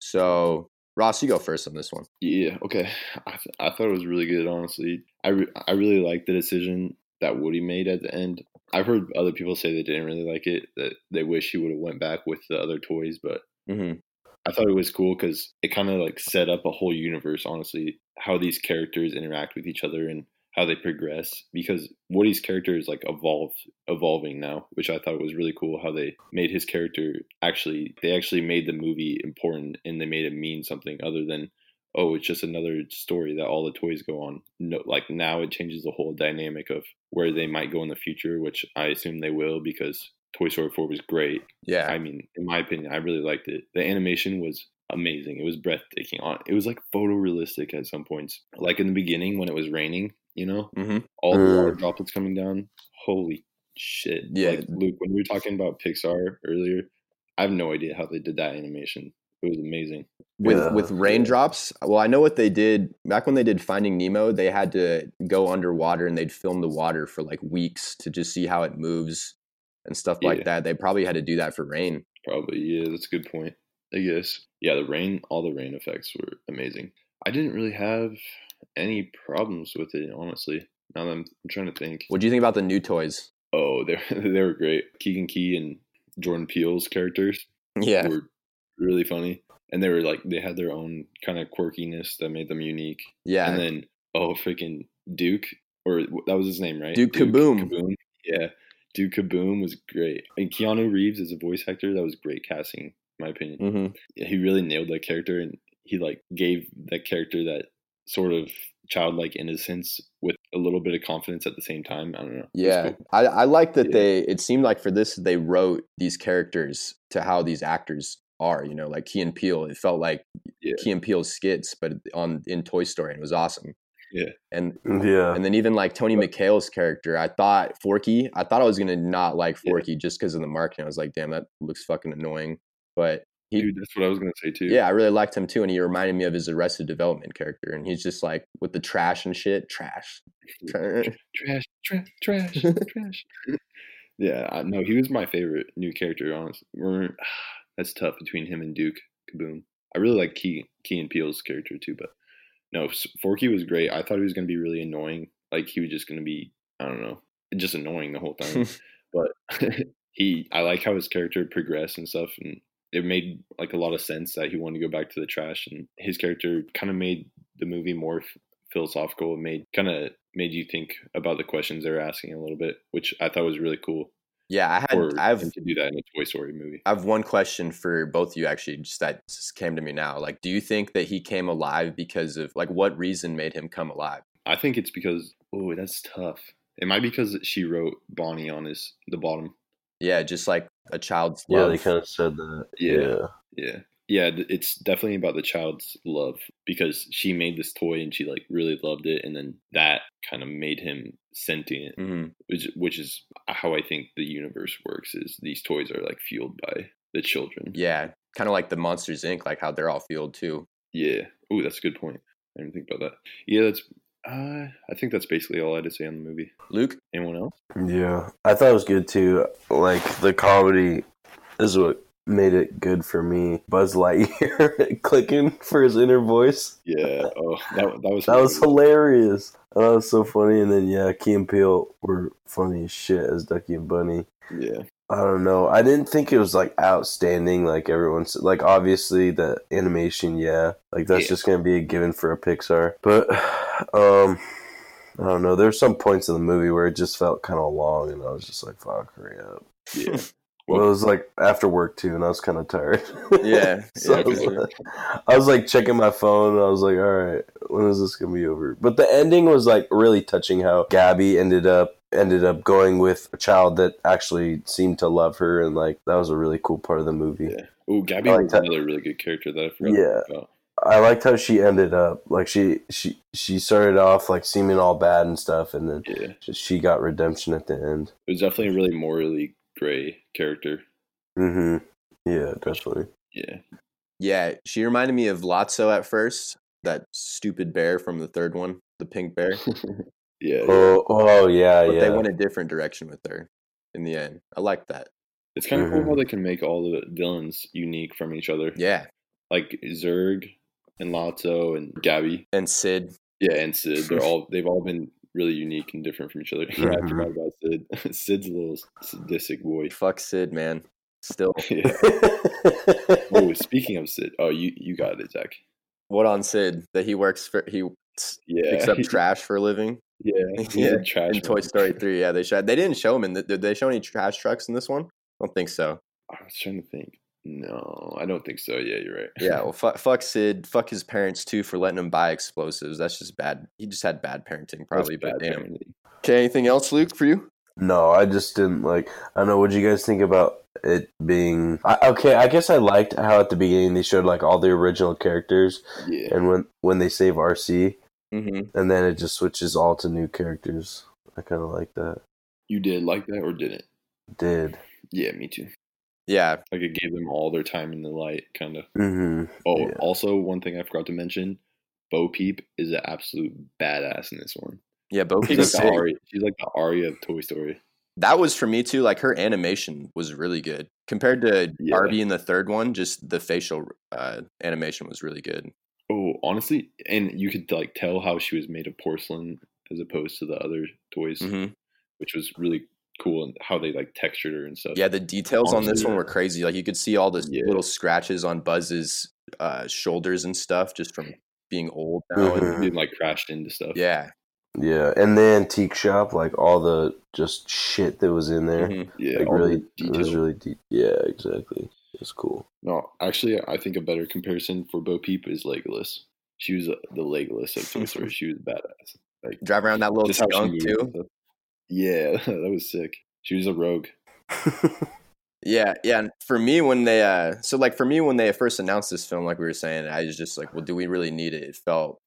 so Ross, you go first on this one. Yeah, okay. I, th- I thought it was really good, honestly. I, re- I really liked the decision that Woody made at the end. I've heard other people say they didn't really like it, that they wish he would have went back with the other toys, but Mm-hmm. I thought it was cool because it kind of like set up a whole universe, honestly, how these characters interact with each other and how they progress. Because Woody's character is like evolved, evolving now, which I thought was really cool. How they made his character actually, they actually made the movie important and they made it mean something other than, oh, it's just another story that all the toys go on. No, like now it changes the whole dynamic of where they might go in the future, which I assume they will because Toy Story 4 was great. Yeah, I mean, in my opinion, I really liked it. The animation was amazing. It was breathtaking. On It was like photorealistic at some points. Like in the beginning when it was raining, you know, Mhm. all the water Mm. droplets coming down. Holy shit. Yeah. Like, Luke, when we were talking about Pixar earlier, I have no idea how they did that animation. It was amazing. with Yeah. with raindrops. Well, I know what they did back when they did Finding Nemo. They had to go underwater and they'd film the water for like weeks to just see how it moves and stuff like Yeah. that. They probably had to do that for rain. Probably, yeah, that's a good point. I guess. Yeah, the rain, all the rain effects were amazing. I didn't really have any problems with it, honestly. Now that I'm, I'm trying to think. What do you think about the new toys? Oh, they they were great. Keegan Key and Jordan Peele's characters Yeah, were really funny, and they were like they had their own kind of quirkiness that made them unique. yeah. And then oh, freaking Duke, or that was his name, right? Duke Kaboom. Kaboom. Yeah, Duke Kaboom was great. And Keanu Reeves as a voice actor, that was great casting, in my opinion. hmm Yeah, he really nailed that character and he like gave that character that sort of childlike innocence with a little bit of confidence at the same time. I don't know. It was Yeah, cool. I, I like that Yeah. they. It seemed like for this they wrote these characters to how these actors are. You know, like Key and Peele. It felt like Yeah. Key and Peele's skits, but on in Toy Story, and it was awesome. Yeah. and Yeah. and then even like Tony McHale's character, I thought Forky. I thought I was gonna not like Yeah. Forky just because of the marketing. I was like, damn, that looks fucking annoying. But he- Dude, that's what I was gonna say too. yeah, I really liked him too, and he reminded me of his Arrested Development character. And he's just like with the trash and shit, trash. Tra- Trash, trash, trash, trash. yeah, I, no, he was my favorite new character. Honestly, We're- that's tough between him and Duke Kaboom. I really like Key Key and Peele's character too, but no, S- Forky was great. I thought he was gonna be really annoying. Like he was just gonna be, I don't know, just annoying the whole time. but he, I like how his character progressed and stuff, and it made like a lot of sense that he wanted to go back to the trash, and his character kind of made the movie more philosophical and made kind of made you think about the questions they were asking a little bit, which I thought was really cool yeah, I for had I've them to do that in a Toy Story movie. I have one question for both of you actually, just that just came to me now. Like, do you think that he came alive because of like what reason made him come alive? I think it's because oh, that's tough. It might be because she wrote Bonnie on his the bottom. Yeah, just like a child's Yeah, love. they kind of said that. Yeah. yeah. Yeah. Yeah, th- it's definitely about the child's love because she made this toy and she like really loved it and then that kind of made him sentient, Mhm. which which is how I think the universe works is these toys are like fueled by the children. Yeah, kind of like the Monsters Inc. Like how they're all fueled too. Yeah. Oh, that's a good point. I didn't think about that. Yeah, that's. Uh, I think that's basically all I had to say on the movie. Luke, Anyone else? Yeah, I thought it was good too. Like the comedy is what made it good for me. Buzz Lightyear clicking for his inner voice. Yeah. Oh, that, that was That was hilarious. hilarious. That was so funny. And then yeah, Key and Peele were funny as shit as Ducky and Bunny. yeah. I don't know. I didn't think it was like outstanding. Like everyone's like obviously the animation, yeah. Like that's Yeah. just gonna be a given for a Pixar. But um, I don't know. There's some points in the movie where it just felt kind of long, and I was just like, "Fuck, hurry up." Yeah. Well, it was like after work too, and I was kind of tired. Yeah, so yeah, I, for was, sure. I was, like checking my phone. And I was like, "All right, when is this gonna be over?" But the ending was like really touching. How Gabby ended up ended up going with a child that actually seemed to love her, and like that was a really cool part of the movie. Yeah. Oh, Gabby I like was that. another really good character that I forgot Yeah. about. I liked how she ended up. Like she she she started off like seeming all bad and stuff, and then Yeah. she got redemption at the end. It was definitely a really morally gray character. Mm-hmm. Yeah, definitely. Yeah. yeah, she reminded me of Lotso at first. That stupid bear from the third one, the pink bear. Yeah. Oh, oh yeah, But yeah. they went a different direction with her in the end. I like that. It's kind of Mhm. cool how they can make all the villains unique from each other. Yeah, Like Zerg and Lotso and Gabby. and Sid. Yeah, and Sid. They're all they've all been really unique and different from each other. Yeah, I Mhm. forgot about Sid. Sid's a little sadistic boy. Fuck Sid, man. Still, yeah. Oh, speaking of Sid, oh you you got it, Zach. what on Sid that he works for? He Yeah. picks up trash for a living. yeah. he's a Yeah, Trash in Toy man. Story Three. Yeah, they showed. They didn't show him in. The, did they show any trash trucks in this one? I don't think so. I was trying to think. No, I don't think so. Yeah, you're right. Yeah. Well, fu- fuck Sid. Fuck his parents too for letting him buy explosives. That's just bad. He just had bad parenting, That's probably. But bad damn. parenting. Okay. Anything else, Luke, for you? No, I just didn't like. I don't know. What do you guys think about it being? I, okay, I guess I liked how at the beginning they showed like all the original characters, Yeah. and when when they save RC, Mm-hmm. and then it just switches all to new characters. I kind of like that. You did like that or didn't? Did. Yeah, me too. Yeah, Like it gave them all their time in the light, kind of. hmm Oh, Yeah. also one thing I forgot to mention: Bo Peep is an absolute badass in this one. yeah. Bo She's Peep like, is the sick. Ari- she's like the Arya of Toy Story. That was for me too. Like her animation was really good compared to Yeah. Barbie in the third one. Just the facial uh, animation was really good. Oh, honestly, and you could like tell how she was made of porcelain as opposed to the other toys, Mhm. which was really cool and how they like textured her and stuff. Yeah, the details on this one were crazy. Like you could see all the Yeah. little scratches on Buzz's uh, shoulders and stuff just from being old now. Oh, And, Mm-hmm. and being, like crashed into stuff. yeah, Yeah, and the antique shop, like all the just shit that was in there, mhm. yeah, like all the really, it was detail. really deep. Yeah, exactly. It's cool. No, actually, I think a better comparison for Bo Peep is Legolas. She was uh, the Legolas of Toy Story. She was badass. Like drive around that little just how she skunk moved and too. stuff. Yeah, that was sick. She was a rogue. Yeah, yeah. and For me, when they uh, so like for me when they first announced this film, like we were saying, I was just like, well, do we really need it? It felt,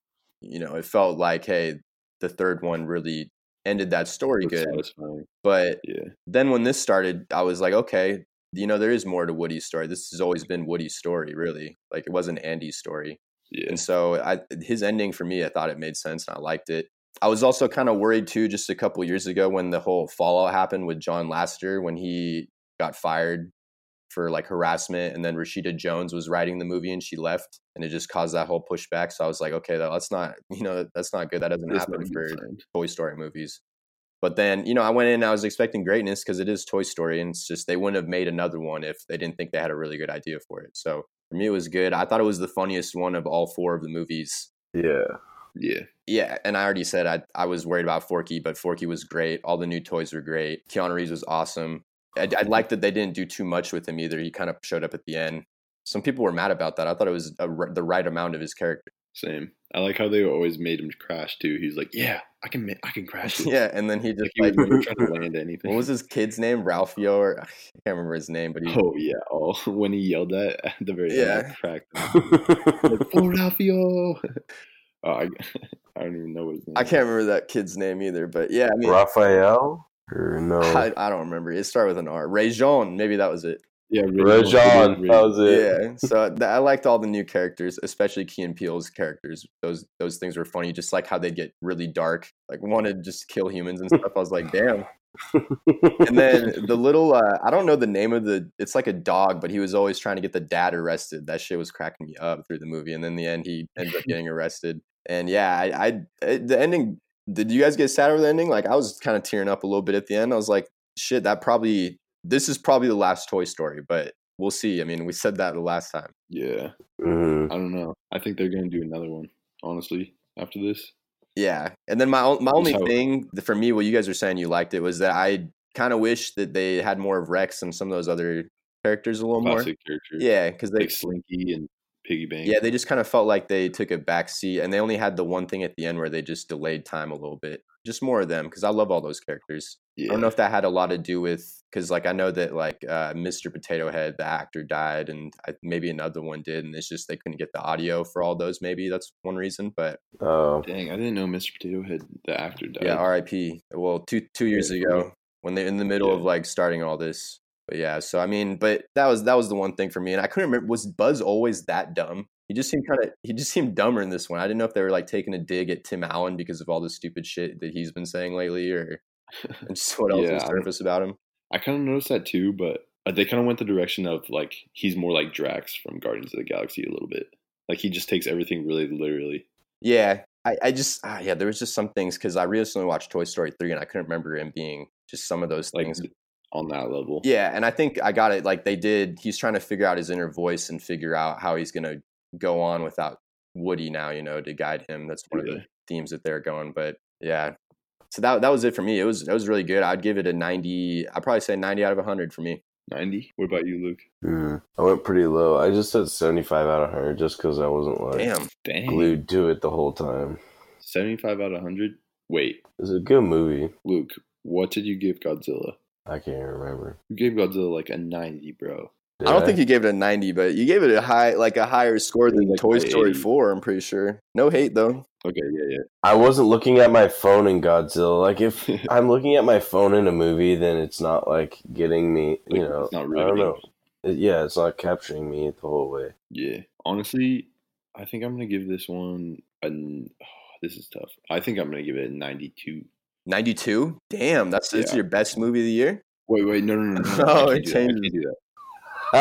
you know, it felt like, hey, the third one really ended that story It was good. satisfying. But Yeah, then when this started, I was like, okay, you know, there is more to Woody's story. This has always been Woody's story, really. Like it wasn't Andy's story. yeah. And so I, his ending for me, I thought it made sense and I liked it. I was also kind of worried too, just a couple years ago when the whole fallout happened with John Lasseter when he got fired for like harassment. And then Rashida Jones was writing the movie and she left and it just caused that whole pushback. So I was like, okay, that's not, you know, that's not good. That doesn't That's happen not a for good sign. Toy Story movies. But then, you know, I went in and I was expecting greatness because it is Toy Story and it's just they wouldn't have made another one if they didn't think they had a really good idea for it. So for me, it was good. I thought it was the funniest one of all four of the movies. Yeah, Yeah, Yeah, and I already said I, I was worried about Forky, but Forky was great. All the new toys were great. Keanu Reeves was awesome. I, I like that they didn't do too much with him either. He kind of showed up at the end. Some people were mad about that. I thought it was a, r- the right amount of his character. same. I like how they always made him crash too. He's like, "Yeah, I can, ma- I can crash." It. Yeah, and then he just like like, he was never trying to land anything. what was his kid's name? Ralphio, or I can't remember his name, but he Oh yeah, oh, when he yelled that at the very end, Yeah. I cracked. up. like, oh, Ralphio! Oh, I, I don't even know what his name. I can't remember that kid's name either, but yeah, I mean, Raphael or no? I, I don't remember. It started with an R. Rajon, maybe that was it. Yeah, Rajon, that was it. Yeah. So th- I liked all the new characters, especially Key and Peele's characters. Those those things were funny. Just like how they get really dark, like wanted to just kill humans and stuff. I was like, damn. And then the little, uh, I don't know the name of the. It's like a dog, but he was always trying to get the dad arrested. That shit was cracking me up through the movie. And then in the end, he ends up getting arrested. And yeah, I, I it- the ending. Did you guys get sad over the ending? Like I was kind of tearing up a little bit at the end. I was like, shit, that probably this is probably the last Toy Story, but we'll see. I mean, we said that the last time. Yeah, Mhm. I don't know. I think they're gonna do another one. Honestly, after this, Yeah, and then my on- my only So- thing for me, what you guys are saying you liked it was that I kind of wish that they had more of Rex and some of those other characters a little more. classic character. Yeah, because they like Slinky and Piggy Bank. Yeah, they just kind of felt like they took a back seat, and they only had the one thing at the end where they just delayed time a little bit. Just more of them, because I love all those characters. I yeah. don't know if that had a lot to do with because, like, I know that like uh, Mr. Potato Head, the actor, died, and I, maybe another one did, and it's just they couldn't get the audio for all those. Maybe that's one reason, but Oh, Dang, I didn't know Mr. Potato Head, the actor, died. yeah, R.I.P. Well, two two years for ago when they're in the middle Yeah. of like starting all this. But yeah, so I mean, but that was that was the one thing for me, and I couldn't remember was Buzz always that dumb? He just seemed kind of he just seemed dumber in this one. I didn't know if they were like taking a dig at Tim Allen because of all the stupid shit that he's been saying lately, or and just what else Yeah, was I don't- surface about him. I kind of noticed that too, but uh, they kind of went the direction of like he's more like Drax from Guardians of the Galaxy a little bit. Like he just takes everything really literally. Yeah, I, I just ah, yeah, there was just some things because I recently watched Toy Story three, and I couldn't remember him being just some of those Like things. th- on that level. Yeah, and I think I got it. Like they did, he's trying to figure out his inner voice and figure out how he's going to go on without Woody now. You know, to guide him. That's one of Yeah. the themes that they're going. But yeah, so that that was it for me. It was it was really good. I'd give it a ninety. I'd probably say ninety out of hundred for me. 90. What about you, Luke? Hmm. mm. I went pretty low. I just said seventy-five out of hundred, just because I wasn't like Damn. Dang. glued to it the whole time. 75 out of 100. Wait, It was a good movie. Luke, What did you give Godzilla? I can't remember. You gave Godzilla like a 90, bro. Did I don't think you gave it a 90, but you gave it a high, like a higher score than Like Toy my Story 80. 4. I'm pretty sure. No hate though. Okay, yeah, yeah. I wasn't looking at my phone in Godzilla. Like if I'm looking at my phone in a movie, then it's not like getting me. You Like, know, it's not I don't riveting. know. It- yeah, it's not capturing me the whole way. Yeah. Honestly, I think I'm going to give this one a. n- oh, this is tough. I think I'm going to give it a 92. 92. Damn, that's this is Yeah. your best movie of the year. Wait, wait, no, no, no. no, Oh, I it can't do that. I changes. can't do that.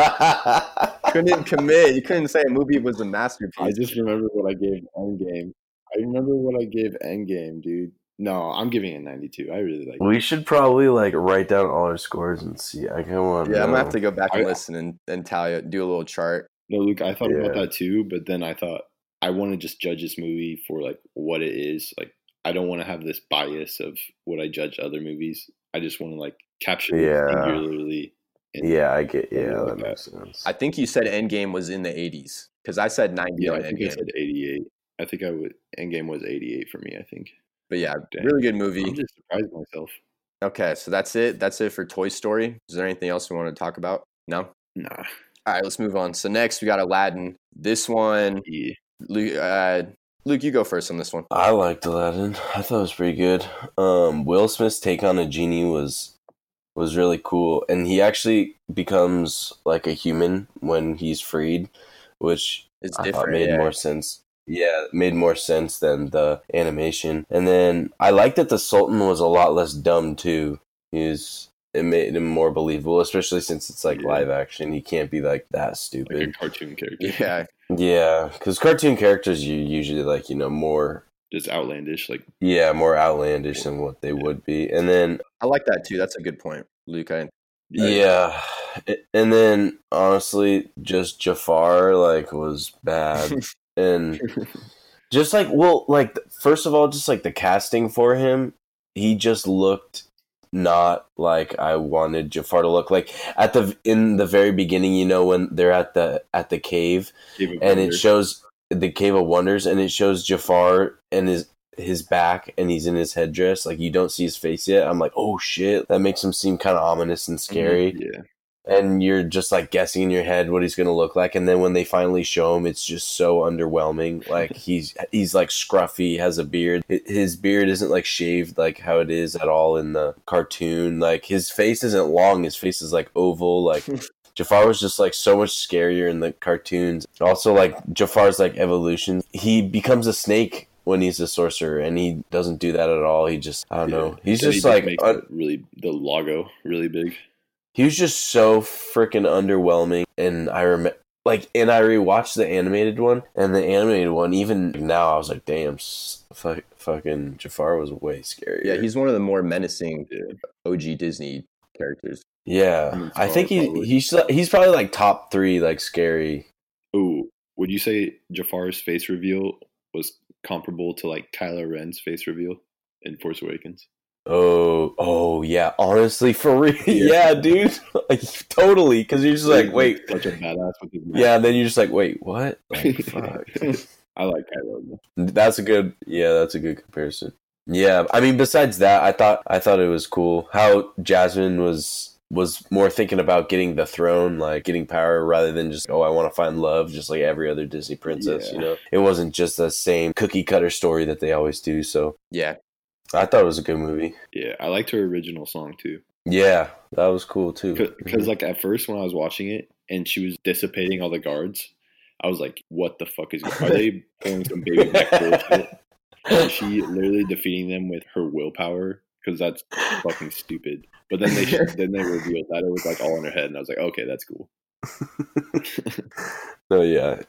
I Couldn't even commit. You couldn't say a movie was a masterpiece. I just remember what I gave Endgame. I remember what I gave Endgame, dude. No, I'm giving it 92. I really like it. We should probably like write down all our scores and see. I come on. yeah, I'm gonna have no. to go back and I- listen and, and tally, do a little chart. No, Luke, I thought about Yeah. that too, but then I thought I want to just judge this movie for like what it is. Like I don't want to have this bias of what I judge other movies. I just want to like capture it Yeah. singularly. and- Yeah, I get. Yeah, Something that like makes sense. I think you said Endgame was in the 80s because I said 90 Yeah, on I think I Endgame. said 88. I think I would. Endgame was 88 for me. I think. But yeah, Dang. really good I'm movie. just surprised myself. Okay, so that's it. That's it for Toy Story. Is there anything else we want to talk about? No. Nah. All right, let's move on. So next we got Aladdin. This one, Yeah. Luke, uh, Luke, you go first on this one. I liked Aladdin. I thought it was pretty good. Um, Will Smith's take on a genie was was really cool, and he actually becomes like a human when he's freed, which It's I thought different. made yeah. more sense. Yeah, it made more sense than the animation. And then I liked that the Sultan was a lot less dumb too. He was it made him more believable, especially since it's like Yeah. live action. He can't be like that stupid. Like a cartoon character. Yeah, Yeah, because cartoon characters you usually like you know more Just outlandish. Like yeah more outlandish than what they would be, and then I like that too. That's a good point, Luke. I, yeah, A- and then honestly, just Jafar like was bad, and just like well, like th- first of all, just like the casting for him, he just looked not like I wanted Jafar to look like at the in the very beginning. You know when they're at the at the cave, Cave of and it Wonders. shows the Cave of Wonders, and it shows Jafar and his his back, and he's in his headdress. Like you don't see his face yet. I'm like, oh shit, that makes him seem kind of ominous and Mm-hmm. scary. Yeah. And you're just like guessing in your head what he's gonna look like, and then when they finally show him, it's just so underwhelming. Like he's he's like scruffy, has a beard. Hi- His beard isn't like shaved like how it is at all in the cartoon. Like his face isn't long. His face is like oval. Like Jafar was just like so much scarier in the cartoons. Also, like Jafar's like evolution, he becomes a snake when he's a sorcerer, and he doesn't do that at all. He just I don't know. He's And just he like makes un- it really the logo really big. he was just so freaking underwhelming. And I remember. Like and I rewatched the animated one and the animated one. Even now, I was like, "Damn, s- fuck, fucking Jafar was way scarier." yeah, he's one of the more menacing Yeah. OG Disney characters. I mean, yeah. I Jafar think he, probably- he's he's probably like top three, like scary. Ooh, would you say Jafar's face reveal was comparable to like Kylo Ren's face reveal in Force Awakens? Oh, oh yeah. Honestly, for real, yeah, dude, like, totally. Because you're just like, He's wait, such a badass with his mask. yeah. Then you're just like, wait, what? Like, fuck. I like Kylo. Ren. That's a good. Yeah, that's a good comparison. Yeah, I mean, besides that, I thought I thought it was cool how Jasmine was was more thinking about getting the throne, like getting power, rather than just oh, I want to find love, just like every other Disney princess. You Yeah. know, it wasn't just the same cookie cutter story that they always do. So Yeah, I thought it was a good movie. Yeah, I liked her original song too. Yeah, that was cool too. Mm-hmm. Because like at first when I was watching it and she was dissipating all the guards, I was like, "What the fuck is? Are they pulling some baby back bullshit?" And she literally defeating them with her willpower because that's fucking stupid. But then they then they revealed that it was like all in her head, and I was like, "Okay, that's cool." No, yeah,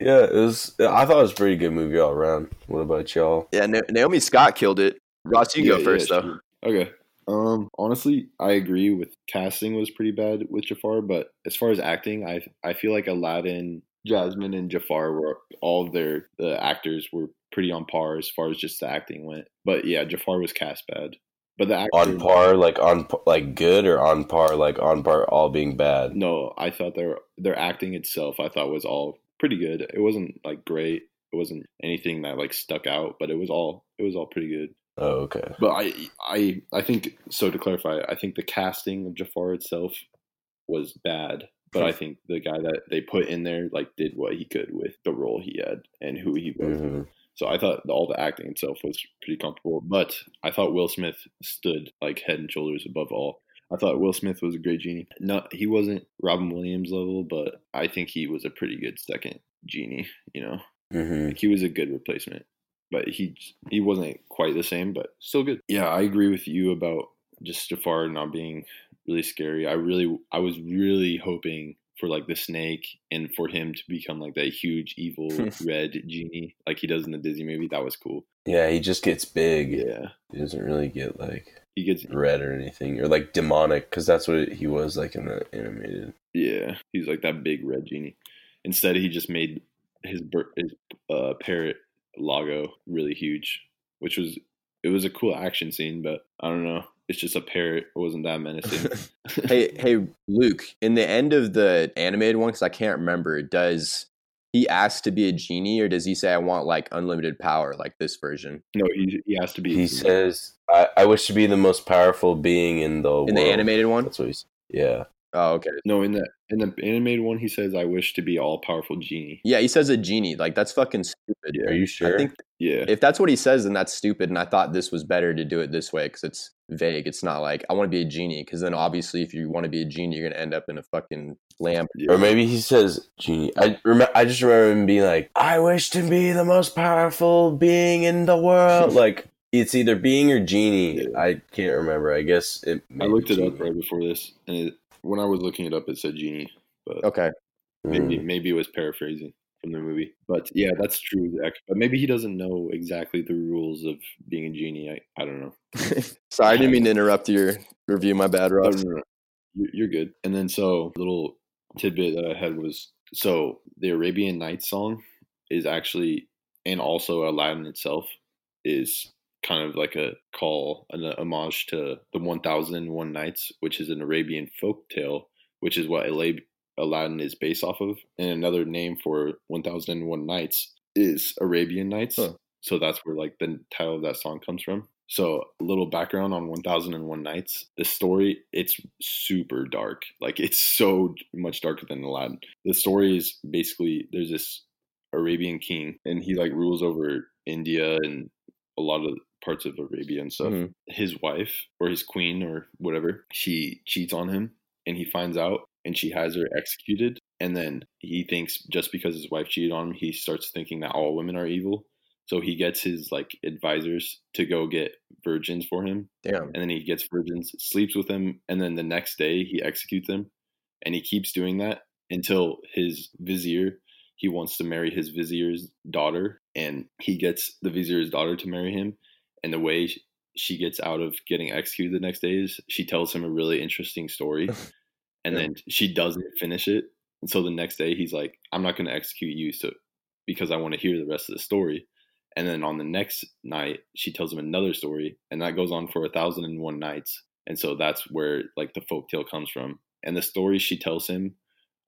yeah. It was. I thought it was a pretty good movie all around. What about y'all? yeah. Na- Naomi Scott killed it. Ross, you can Yeah, go first yeah, though. sure. Okay. Um, honestly, I agree with casting was pretty bad with Jafar, but as far as acting, I I feel like Aladdin, Jasmine, and Jafar were all of their the actors were pretty on par as far as just the acting went. But yeah, Jafar was cast bad, but the actor, On par, like on par- like good, or on par, like on par, all being bad. No, I thought their their acting itself, I thought was all pretty good. It wasn't like great. It wasn't anything that like stuck out, but it was all it was all pretty good. Oh, okay. But I, I, I think so. To clarify, I think the casting of Jafar itself was bad, but I think the guy that they put in there like did what he could with the role he had and who he was. Mhm. So I thought all the acting itself was pretty comfortable, but I thought Will Smith stood like head and shoulders above all. I thought Will Smith was a great genie. Not he wasn't Robin Williams level, but I think he was a pretty good second genie. You know, Mhm. like he was a good replacement, but he he wasn't quite the same, but still good. Yeah, I agree with you about just Jafar not being really scary. I really I was really hoping for like the snake and for him to become like that huge evil red genie like he does in the Disney movie. That was cool. Yeah, he just gets big. Yeah. He doesn't really get like He gets red or anything, or like demonic, because that's what he was like in the animated. yeah, he's like that big red genie. Instead, he just made his bir- his uh, parrot Lago really huge, which was it was a cool action scene, but I don't know. It's just a parrot. It wasn't that menacing. hey, hey, Luke. In the end of the animated one, because I can't remember, does he ask to be a genie, or does he say, "I want like unlimited power, like this version"? No, he, he has to be. He says, I, "I wish to be the most powerful being in the In the world." animated one? That's what he said. Yeah, Oh, okay. no in the in the animated one. He says, "I wish to be all powerful genie." Yeah, he says a genie. Like that's fucking stupid. Are you sure? I think Yeah, if that's what he says, then that's stupid. And I thought this was better to do it this way because it's vague. It's not like I want to be a genie because then obviously if you want to be a genie, you're gonna end up in a fucking lamp. yeah. Or maybe he says, "Genie." I remember. I just remember him being like, "I wish to be the most powerful being in the world." like it's either being or genie. I can't remember. I guess it. may I be looked it up genie. right before this, and it, when I was looking it up, it said genie, but Okay. Mm. maybe maybe it was paraphrasing from the movie. But yeah, that's true, Zach. But maybe he doesn't know exactly the rules of being a genie. I, I don't know. Sorry, I didn't mean to interrupt your review. My bad, Oh, Rob. no, no, no. You- You're good. And then so little tidbit that I had was so the Arabian Nights song is actually and also Aladdin itself is kind of like a call an homage to the 1001 Nights, which is an Arabian folk tale, which is what Ala- Aladdin is based off of. And another name for 1001 Nights is Arabian Nights. Huh. So that's where like the title of that song comes from. So a little background on 1001 Nights. The story, it's super dark. Like it's so much darker than Aladdin. The story is basically there's this Arabian king and he like rules over India and a lot of parts of Arabia and stuff. Mhm. His wife or his queen or whatever, she cheats on him and he finds out and she has her executed and then he thinks just because his wife cheated on him he starts thinking that all women are evil so he gets his like advisors to go get virgins for him Damn. and then he gets virgins sleeps with them and then the next day he executes them and he keeps doing that until his vizier he wants to marry his vizier's daughter and he gets the vizier's daughter to marry him and the way sh- she gets out of getting executed the next day is she tells him a really interesting story and Yeah. then she doesn't finish it and so the next day he's like i'm not going to execute you so because i want to hear the rest of the story and then on the next night she tells him another story and that goes on for a thousand and one nights and so that's where like the folktale comes from and the stories she tells him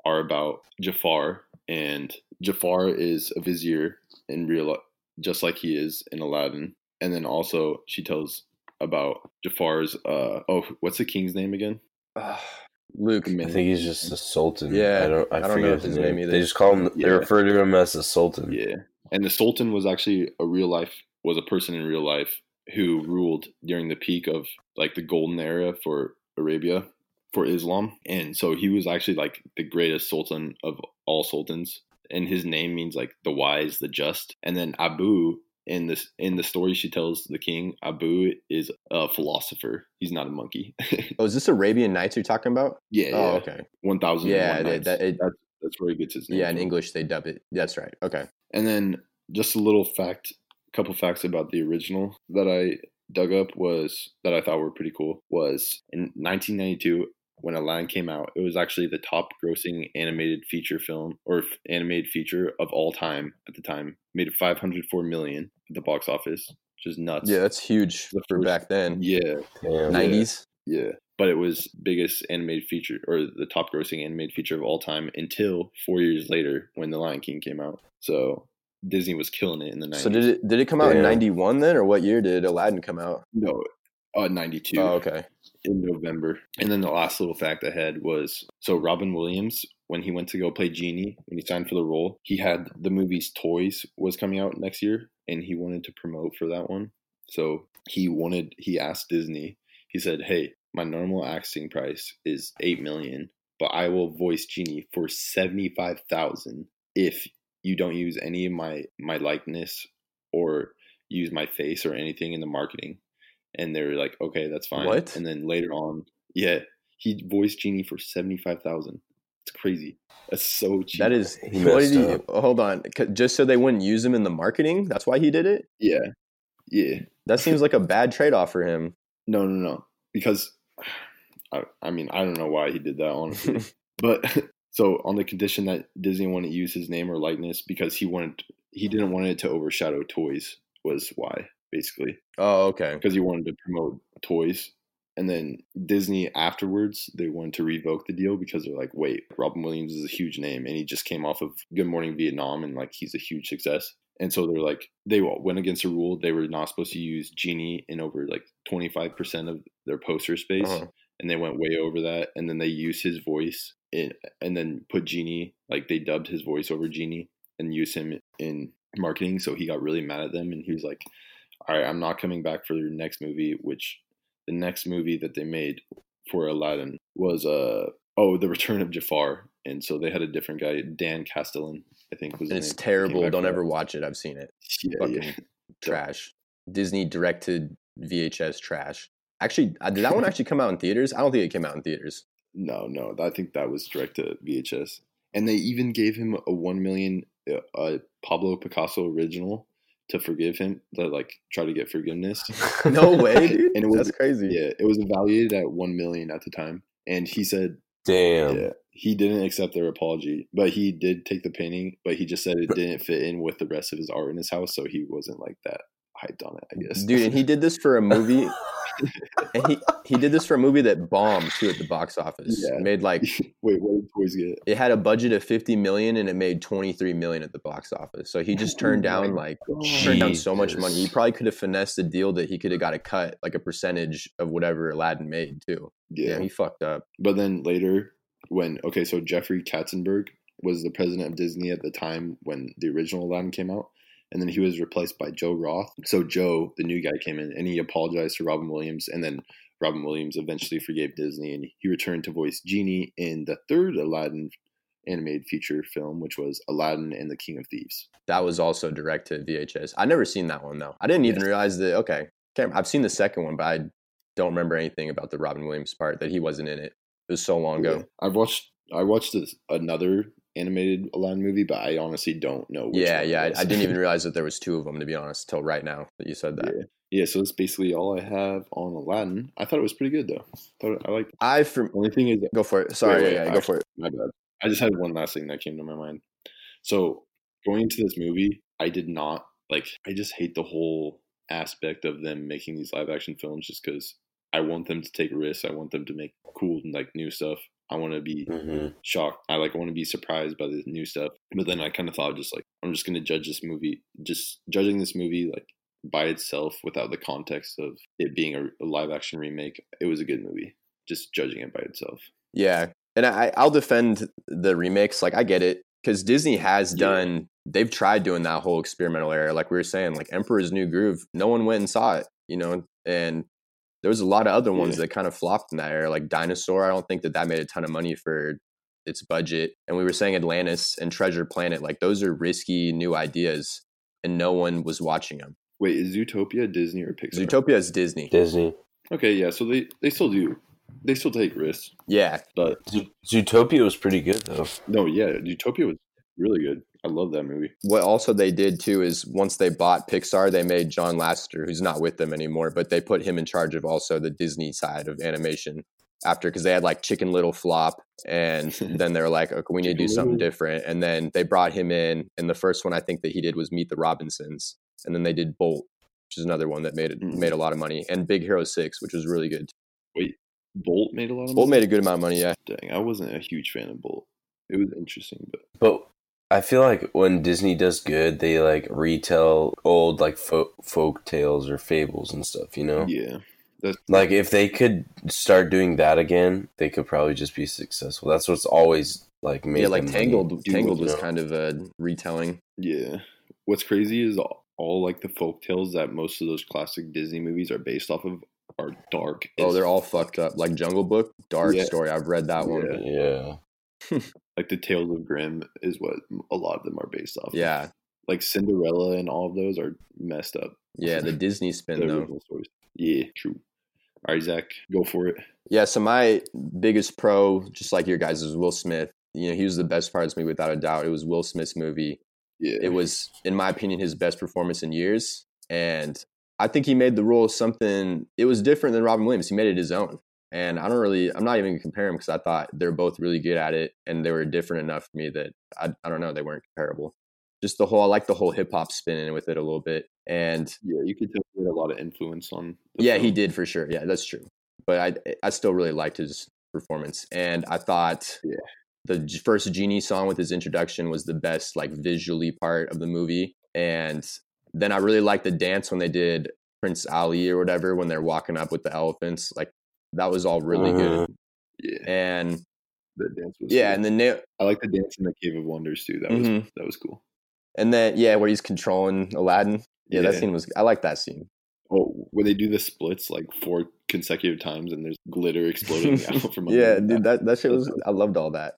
are about jafar and jafar is a vizier in real life just like he is in aladdin and then also she tells about jafar's uh oh what's the king's name again Luke. I think he's just a sultan. Yeah, I don't. I, I don't know forget his his name name. either. They just call him. Yeah. They refer to him as a sultan. Yeah. And the Sultan was actually a real life was a person in real life who ruled during the peak of like the golden era for Arabia for Islam. And so he was actually like the greatest sultan of all sultans. And his name means like the wise, the just. And then Abu in this in the story she tells the king, Abu is a philosopher. He's not a monkey. Oh, is this Arabian Nights you're talking about? yeah, yeah. Oh, okay. One thousand. Yeah, that- that- it- that's that's where he gets his name. Yeah, in from. English they dub it. That's right. Okay. And then just a little fact, couple facts about the original that I dug up was that I thought were pretty cool was in 1992 when Aladdin came out, it was actually the top grossing animated feature film or f- animated feature of all time at the time. Made 504 million at the box office, which is nuts. Yeah, that's huge The for first- back then. Yeah. Damn. Nice. 90s. Yeah. But it was biggest animated feature or the top grossing animated feature of all time until four years later when The Lion King came out. So Disney was killing it in the 90s. So did it did it come out in Yeah. '91 then, or what year did Aladdin come out? no, uh, 92 Oh, okay. in November. And then the last little fact I had was so Robin Williams, when he went to go play Genie, when he signed for the role, he had the movie's Toys was coming out next year, and he wanted to promote for that one. So he wanted, he asked Disney, he said, Hey, my normal acting price is 8 million, but I will voice Genie for 75,000 if you don't use any of my my likeness or use my face or anything in the marketing and they were like okay that's fine What? and then later on yeah he voiced genie for 75000 it's crazy that's so cheap That is. He what did messed he, hold on, 'Cause just so they wouldn't use him in the marketing. That's why he did it. yeah yeah That seems like a bad trade off for him. no no no because I, I mean i don't know why he did that honestly But so on the condition that Disney wouldn't use his name or likeness because he wanted he didn't want it to overshadow toys was why basically oh, okay. because he wanted to promote toys and then Disney afterwards they wanted to revoke the deal because they're like wait Robin Williams is a huge name and he just came off of Good Morning Vietnam and like he's a huge success and so they're like they went against a rule they were not supposed to use Genie in over like 25% of their poster space Uh-huh. and they went way over that and then they used his voice in, and then put genie like they dubbed his voice over genie and used him in marketing so he got really mad at them and he was like all right i'm not coming back for the next movie which the next movie that they made for aladdin was uh oh the return of jafar and so they had a different guy dan castellan i think was his It's name. terrible. back Don't for ever that. watch it. I've seen it. yeah, Fucking yeah. trash. Disney directed VHS trash. Actually, uh, did that one actually come out in theaters? I don't think it came out in theaters. No, no, I think that was direct to VHS, and they even gave him a one million uh, uh, Pablo Picasso original to forgive him to like try to get forgiveness. No way, dude. And it was- That's crazy. yeah, it was evaluated at one million at the time, and he said, Damn. yeah, he didn't accept their apology, but he did take the painting, but he just said it didn't fit in with the rest of his art in his house, so he wasn't like that hyped on it, I guess. Dude, and he did this for a movie. and he, he did this for a movie that bombed too at the box office. Yeah. It made like wait, what did toys get? it had a budget of 50 million and it made 23 million at the box office. So he just turned Oh my down like turned down so much money. He Jesus. probably could have finessed a deal that he could have got a cut, like a percentage of whatever Aladdin made too. Yeah, he fucked up. But then later, when okay, so Jeffrey Katzenberg was the president of Disney at the time when the original Aladdin came out, and then he was replaced by Joe Roth. So Joe, the new guy, came in and he apologized to Robin Williams, and then Robin Williams eventually forgave Disney, and he returned to voice Genie in the third Aladdin animated feature film, which was Aladdin and the King of Thieves. That was also direct to VHS. I've never seen that one though. I didn't even Yes. realize that. Okay, can't, I've seen the second one, but I don't remember anything about the Robin Williams part that he wasn't in it. It was so long ago. I've watched I watched this, another animated Aladdin movie, but I honestly don't know. Which yeah, one it yeah. I, was. I didn't even realize that there was two of them to be honest till right now that you said that. Yeah, so that's basically all I have on Aladdin. I thought it was pretty good though. Thought I liked. It. I from Only thing is, go for it. Sorry, wait, yeah, yeah, I- go for it. my bad. I just had one last thing that came to my mind. So going into this movie, I did not like. I just hate the whole aspect of them making these live action films, just because I want them to take risks. I want them to make cool like new stuff. I want to be hmm shocked. I like want to be surprised by the new stuff. But then I kind of thought just like I'm just gonna judge this movie, just judging this movie like by itself without the context of it being a, a live action remake. It was a good movie. Just judging it by itself. Yeah, and I I'll defend the remakes. Like I get it because Disney has Yeah. done. They've tried doing that whole experimental era, like we were saying, like Emperor's New Groove. No one went and saw it, you know, and there was a lot of other ones Yeah. that kind of flopped in that era, like Dinosaur. I don't think that that made a ton of money for its budget. And we were saying Atlantis and Treasure Planet, like those are risky new ideas, and no one was watching them. Wait, is Zootopia Disney or Pixar? Zootopia is Disney. Disney. Okay, yeah. So they they still do. They still take risks, Yeah, but Zo- Zootopia was pretty good though. no, yeah, Zootopia was really good. I love that movie. what also they did too is once they bought Pixar, they made John Lasseter, who's not with them anymore, but they put him in charge of also the Disney side of animation after because they had like Chicken Little flop, and then they were like, okay, we need to do Chicken something Little. different, and then they brought him in, and the first one I think that he did was Meet the Robinsons, and then they did Bolt, which is another one that made it Mm. made a lot of money, and Big Hero Six, which was really good. Bolt made a lot of Bolt money. made a good amount of money, yeah. Dang, I wasn't a huge fan of Bolt. It was interesting, but But I feel like when Disney does good, they like retell old like fo- folk tales or fables and stuff, you know? Yeah. That's, Like if they could start doing that again, they could probably just be successful. That's what's always like made yeah, like them Tangled. money. Tangled was You know? kind of a retelling. yeah. What's crazy is all, all like the folk tales that most of those classic Disney movies are based off of are dark. Oh, as they're all fucked up. Like Jungle Book, dark Yeah. story. I've read that one. Yeah. yeah. like the Tales of Grimm is what a lot of them are based off. of. Yeah, like Cinderella and all of those are messed up. yeah. The Disney spin the though. original stories. Yeah, true. All right, Zach, go for it. Yeah, so my biggest pro, just like your guys, is Will Smith. You know, he was the best part of this movie without a doubt. It was Will Smith's movie. Yeah, It was, in my opinion, his best performance in years. And I think he made the role something, it was different than Robin Williams. He made it his own. And I don't really, I'm not even gonna compare them because I thought they're both really good at it and they were different enough to me that I, I don't know, they weren't comparable. Just the whole, I like the whole hip hop spin in with it a little bit. And yeah. You could tell he had a lot of influence on. the yeah, film. he did for sure. Yeah, that's true. But I I still really liked his performance, and I thought Yeah. the G- first genie song with his introduction was the best like visually part of the movie, and then I really liked the dance when they did Prince Ali or whatever when they're walking up with the elephants. Like that was all really Uh-huh. good, Yeah, and the dance was. yeah, cool. and then they, I like the dance in the Cave of Wonders too. That was Mhm. that was cool. and then yeah, where he's controlling Aladdin. Yeah, that Yeah. scene was I like that scene. Oh, where they do the splits like four consecutive times, and there's glitter exploding out from. yeah, under the dude, back. that, that shit was. I loved all that,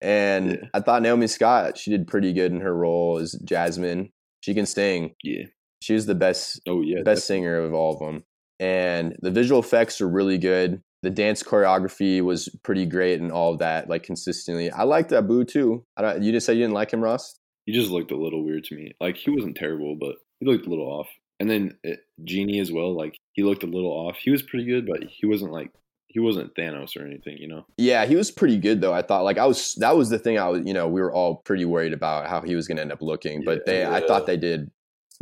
and Yeah. I thought Naomi Scott she did pretty good in her role as Jasmine. She can sing. Yeah. She was the best Oh yeah. best singer of all of them, and the visual effects are really good. The dance choreography was pretty great and all of that, like consistently. I liked Abu too. I don't, you just said you didn't like him, Ross. he just looked a little weird to me. Like he wasn't terrible, but he looked a little off. And then uh, Genie as well. Like he looked a little off. He was pretty good, but he wasn't like he wasn't Thanos or anything. You know? Yeah, he was pretty good though. I thought like I was that was the thing I was you know we were all pretty worried about how he was going to end up looking, but they I Yeah. thought they did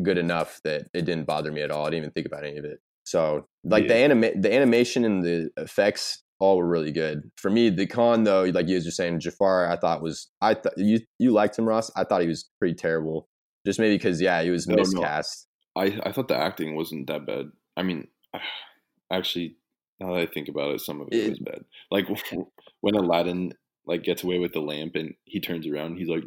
good enough that it didn't bother me at all. I didn't even think about any of it. So like the anima- the animation and the effects all were really good for me. The con though, like you guys were saying, Jafar I thought was I thought you you liked him Ross. I thought he was pretty terrible, just maybe because yeah he was No, no. miscast. I I thought the acting wasn't that bad. I mean, actually, now that I think about it, some of it, It- was bad. Like when Aladdin like gets away with the lamp and he turns around, he's like,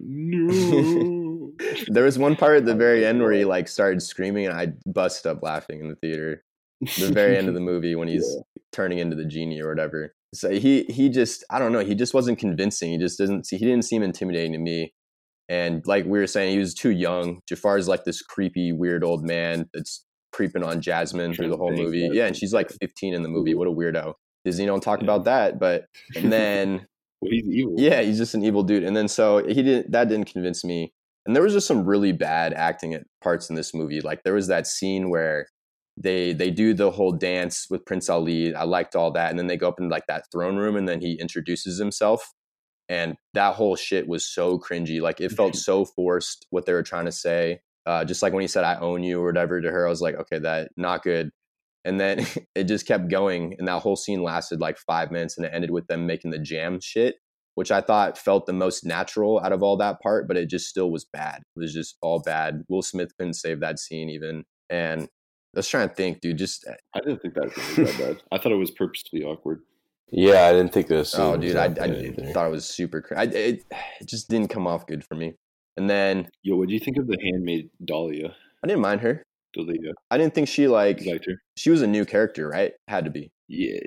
"No." There was one part at the very end where he like started screaming and I busted up laughing in the theater. the very end of the movie when he's turning into the genie or whatever. So he he just I don't know he just wasn't convincing. He just doesn't see he didn't seem intimidating to me. And like we were saying, he was too young. Jafar's like this creepy weird old man that's creeping on Jasmine through the whole Trying to movie. think. Yeah, and she's like 15 in the movie. What a weirdo. Disney don't talk about that, but and then well, he's evil. yeah, he's just an evil dude. And then so he didn't that didn't convince me. And there was just some really bad acting at parts in this movie. Like there was that scene where they they do the whole dance with Prince Ali. I liked all that. And then they go up in like that throne room and then he introduces himself. And that whole shit was so cringy. Like it felt so forced what they were trying to say. Uh, just like when he said "I own you" or whatever to her, I was like, okay, that not good. And then it just kept going, and that whole scene lasted like five minutes, and it ended with them making the jam shit which I thought felt the most natural out of all that part, but it just still was bad. It was just all bad. Will Smith couldn't save that scene even. And I was trying to think, dude, just eh, I didn't think that was that bad. I thought it was purposely awkward. Yeah, I didn't think this. oh, dude, I, I either. thought it was super. Cr- I, it, it just didn't come off good for me. And then Yo, what do you think of the handmade Dahlia? I didn't mind her. Dahlia, I didn't think she like the actor. she was a new character, right? Had to be. Yeah,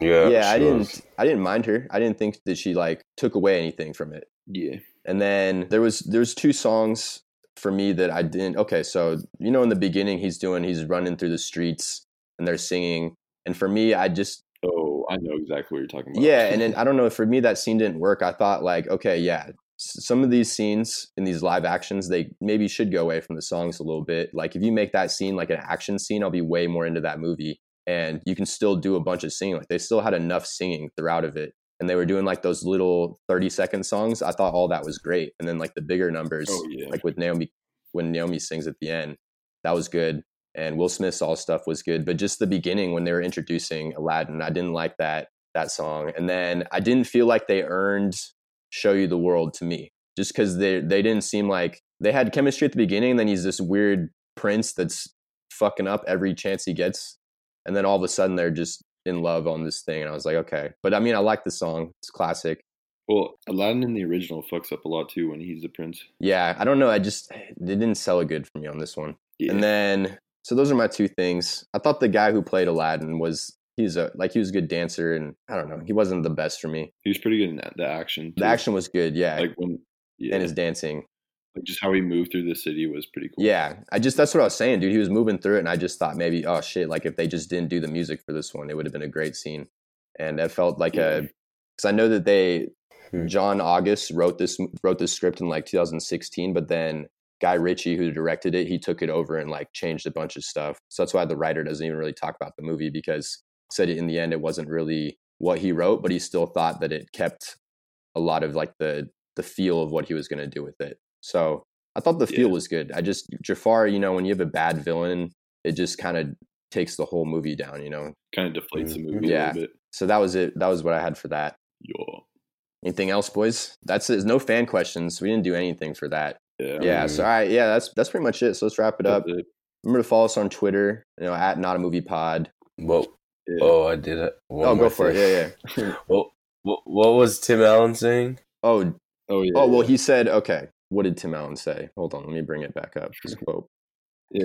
yeah, yeah, I she didn't. was. I didn't mind her. I didn't think that she like took away anything from it. yeah. And then there was there's two songs for me that I didn't. Okay, so you know in the beginning he's doing he's running through the streets and they're singing. And for me, I just Oh, I know exactly what you're talking about. yeah. And then I don't know. For me, that scene didn't work. I thought like okay, yeah. s- Some of these scenes in these live actions, they maybe should go away from the songs a little bit. Like if you make that scene like an action scene, I'll be way more into that movie. And you can still do a bunch of singing. Like they still had enough singing throughout of it. And they were doing like those little 30 second songs. I thought all that was great. And then like the bigger numbers, oh yeah, like with Naomi when Naomi sings at the end. That was good. And Will Smith's all stuff was good, but just the beginning when they were introducing Aladdin, I didn't like that that song. And then I didn't feel like they earned "Show You the World" to me. just because they they didn't seem like they had chemistry at the beginning. And then he's this weird prince that's fucking up every chance he gets, and then all of a sudden they're just in love on this thing. And I was like, okay, but I mean, I like the song. It's classic. Well, Aladdin in the original fucks up a lot too when he's the prince. Yeah, I don't know. I just it didn't sell it good for me on this one. Yeah. And then so those are my two things. I thought the guy who played Aladdin was he's a like he was a good dancer and I don't know, he wasn't the best for me. he was pretty good in that, the action. The too. action was good, yeah. like when yeah, and his dancing. like just how he moved through the city was pretty cool. Yeah. I just that's what I was saying, dude. He was moving through it and I just thought maybe, oh shit, like if they just didn't do the music for this one, it would have been a great scene. And it felt like a because I know that they Hmm. John August wrote this wrote this script in like 2016, but then Guy Ritchie, who directed it, he took it over and like changed a bunch of stuff. So that's why the writer doesn't even really talk about the movie because said in the end it wasn't really what he wrote, but he still thought that it kept a lot of like the the feel of what he was going to do with it. So I thought the feel Yeah. was good. I just Jafar, you know, when you have a bad villain, it just kind of takes the whole movie down, you know. kind of deflates the movie Mm-hmm. Yeah. a little bit. So that was it. That was what I had for that. Yeah. Anything else, boys? That's it. No fan questions. We didn't do anything for that. Yeah. Yeah. uh, Mm. So all right. Yeah. That's that's pretty much it. So let's wrap it up. That's it. Remember to follow us on Twitter. You know, at Not a Movie Pod. Whoa. Yeah. Oh, I did it. One oh, more go for thing. it. Yeah, yeah. What, what, what was Tim Allen saying? Oh, Oh yeah. oh. Well, yeah. he said. Okay. What did Tim Allen say? Hold on. Let me bring it back up. His quote. Yeah,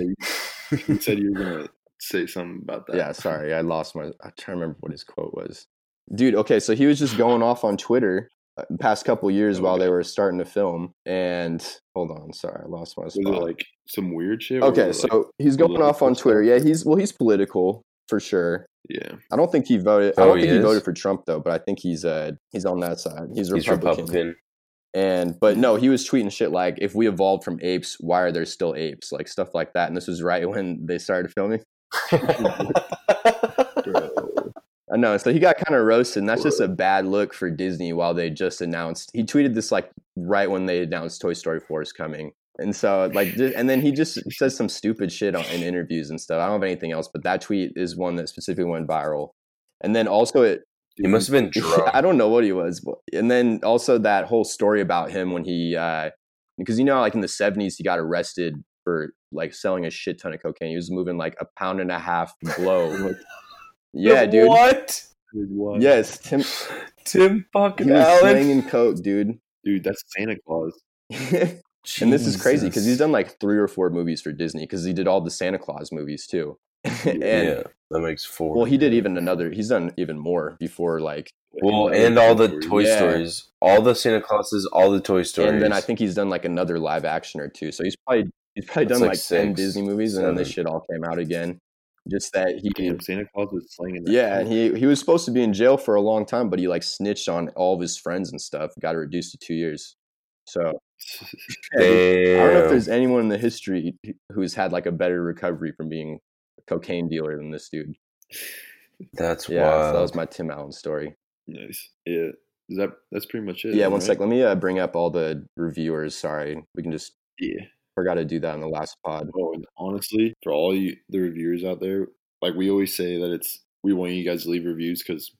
you, you said you were gonna say something about that. Yeah. Sorry, I lost my. I can't remember what his quote was. Dude. Okay. So he was just going off on Twitter uh, the past couple years while they were starting to film. And hold on. Sorry, I lost my Was spot. it like some weird shit? or Okay, was it, like- so he's going off political on stuff? Twitter. Yeah, he's well, he's political for sure. yeah, I don't think he voted. I Oh, don't he think he is? voted for Trump though, but I think he's uh he's on that side. He's He's Republican. Republican. And but no, he was tweeting shit like, "If we evolved from apes, why are there still apes?" Like stuff like that. And this was right when they started filming. I know. So he got kind of roasted. And that's just a bad look for Disney while they just announced. He tweeted this like right when they announced Toy Story 4 is coming. And so, like, ju- and then he just says some stupid shit on, in interviews and stuff. I don't have anything else, but that tweet is one that specifically went viral. And then also, it, he must have been drunk. I don't know what he was. but- And then also that whole story about him when he, uh, because you know, like in the 70s, he got arrested for like selling a shit ton of cocaine. He was moving like a pound and a half blow. yeah, dude. What? Yes, Tim. Tim fucking He was Allen. slinging coke, dude. dude, that's Santa Claus. and this is crazy because he's Jesus. done like three or four movies for Disney because he did all the Santa Claus movies too. and yeah, that makes four. well, he did even another. He's done even more before like, Well, and all the Toy Yeah. Stories, all the Santa Clauses, all the Toy Stories, and then I think he's done like another live action or two. So he's probably he's probably done That's like like, ten six, Disney movies, and then this shit seven. all came out again. Just that he Damn, Santa Claus was slinging. That Yeah, and he he was supposed to be in jail for a long time, but he like snitched on all of his friends and stuff. Got it reduced to two years. So I don't know if Damn. there's anyone in the history who's had like a better recovery from being a cocaine dealer than this dude. that's Yeah, so that wild. was my Tim Allen story. nice. Yeah, is that that's pretty much it? Yeah, then, one right? sec. Let me uh, bring up all the reviewers. Sorry, we can just Yeah. forgot to do that in the last pod. Oh, and honestly, for all you the reviewers out there, like we always say that it's we want you guys to leave reviews because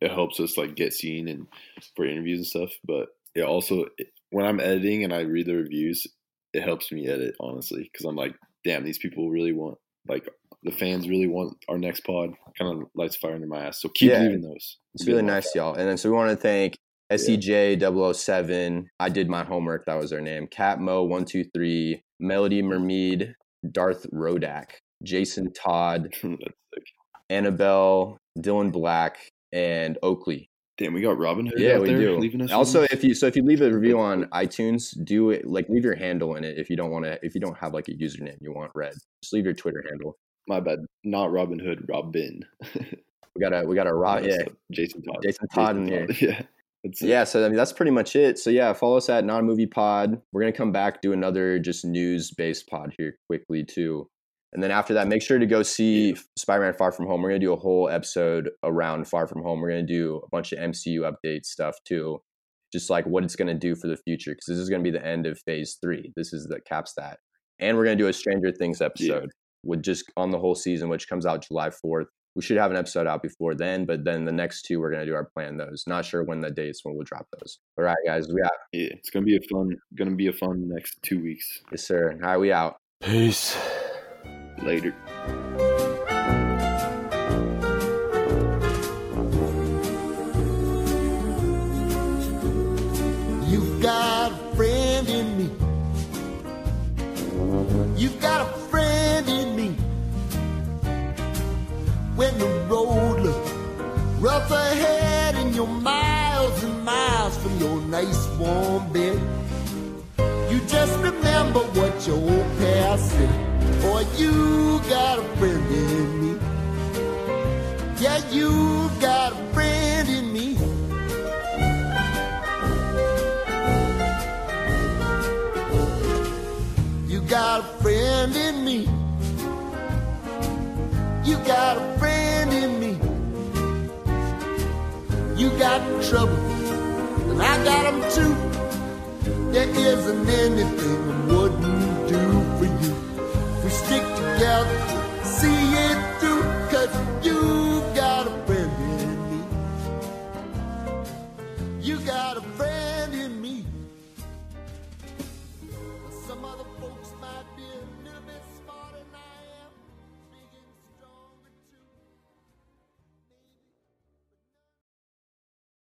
it helps us like get seen and for interviews and stuff. But it also when I'm editing and I read the reviews, it helps me edit honestly because I'm like, damn, these people really want like the fans really want our next pod. Kind of lights fire under my ass. So keep Yeah. leaving those. It's really nice, y'all. And then so we want to thank E SEJ 007. I did my homework. That was their name. Cat Mo 123, Melody Mermaid, Darth Rodak, Jason Todd, That's sick. Annabelle, Dylan Black, and Oakley. Damn, we got Robin Hood Yeah, out we there do. leaving us. also, reviews? if you so if you leave a review on iTunes, do it like leave your handle in it if you don't want to if you don't have like a username you want read. Just leave your Twitter handle. my bad, not Robin Hood, Robin. We got to we got to rock. Yeah, Jason Todd. Jason Todd in here. Yeah. That's it. yeah so I mean, that's pretty much it so yeah follow us at non movie pod we're gonna come back do another just news based pod here quickly too and then after that make sure to go see spider-man far from home we're gonna do a whole episode around far from home we're gonna do a bunch of mcu update stuff too just like what it's gonna do for the future because this is gonna be the end of phase three this is the caps that and we're gonna do a stranger things episode with just on the whole season which comes out july 4th we should have an episode out before then, but then the next two we're gonna do our plan those. Not sure when the dates when we'll drop those. All right, guys, we out. Yeah, it's gonna be a fun, gonna be a fun next two weeks. Yes, sir. All right, we out. Peace. Later. You've got a friend in me. You've got a friend in me. When the road looks rough ahead and you're miles and miles from your nice warm bed, you just remember what your old past said. Boy, you got a friend in me. Yeah, you got a friend in me. You got a friend in me. You got a friend in me. You got trouble, and I got 'em too. There isn't anything I wouldn't do for you. We stick together, see it through, cause you got a friend in me. You got a friend in me. Some other folks might be.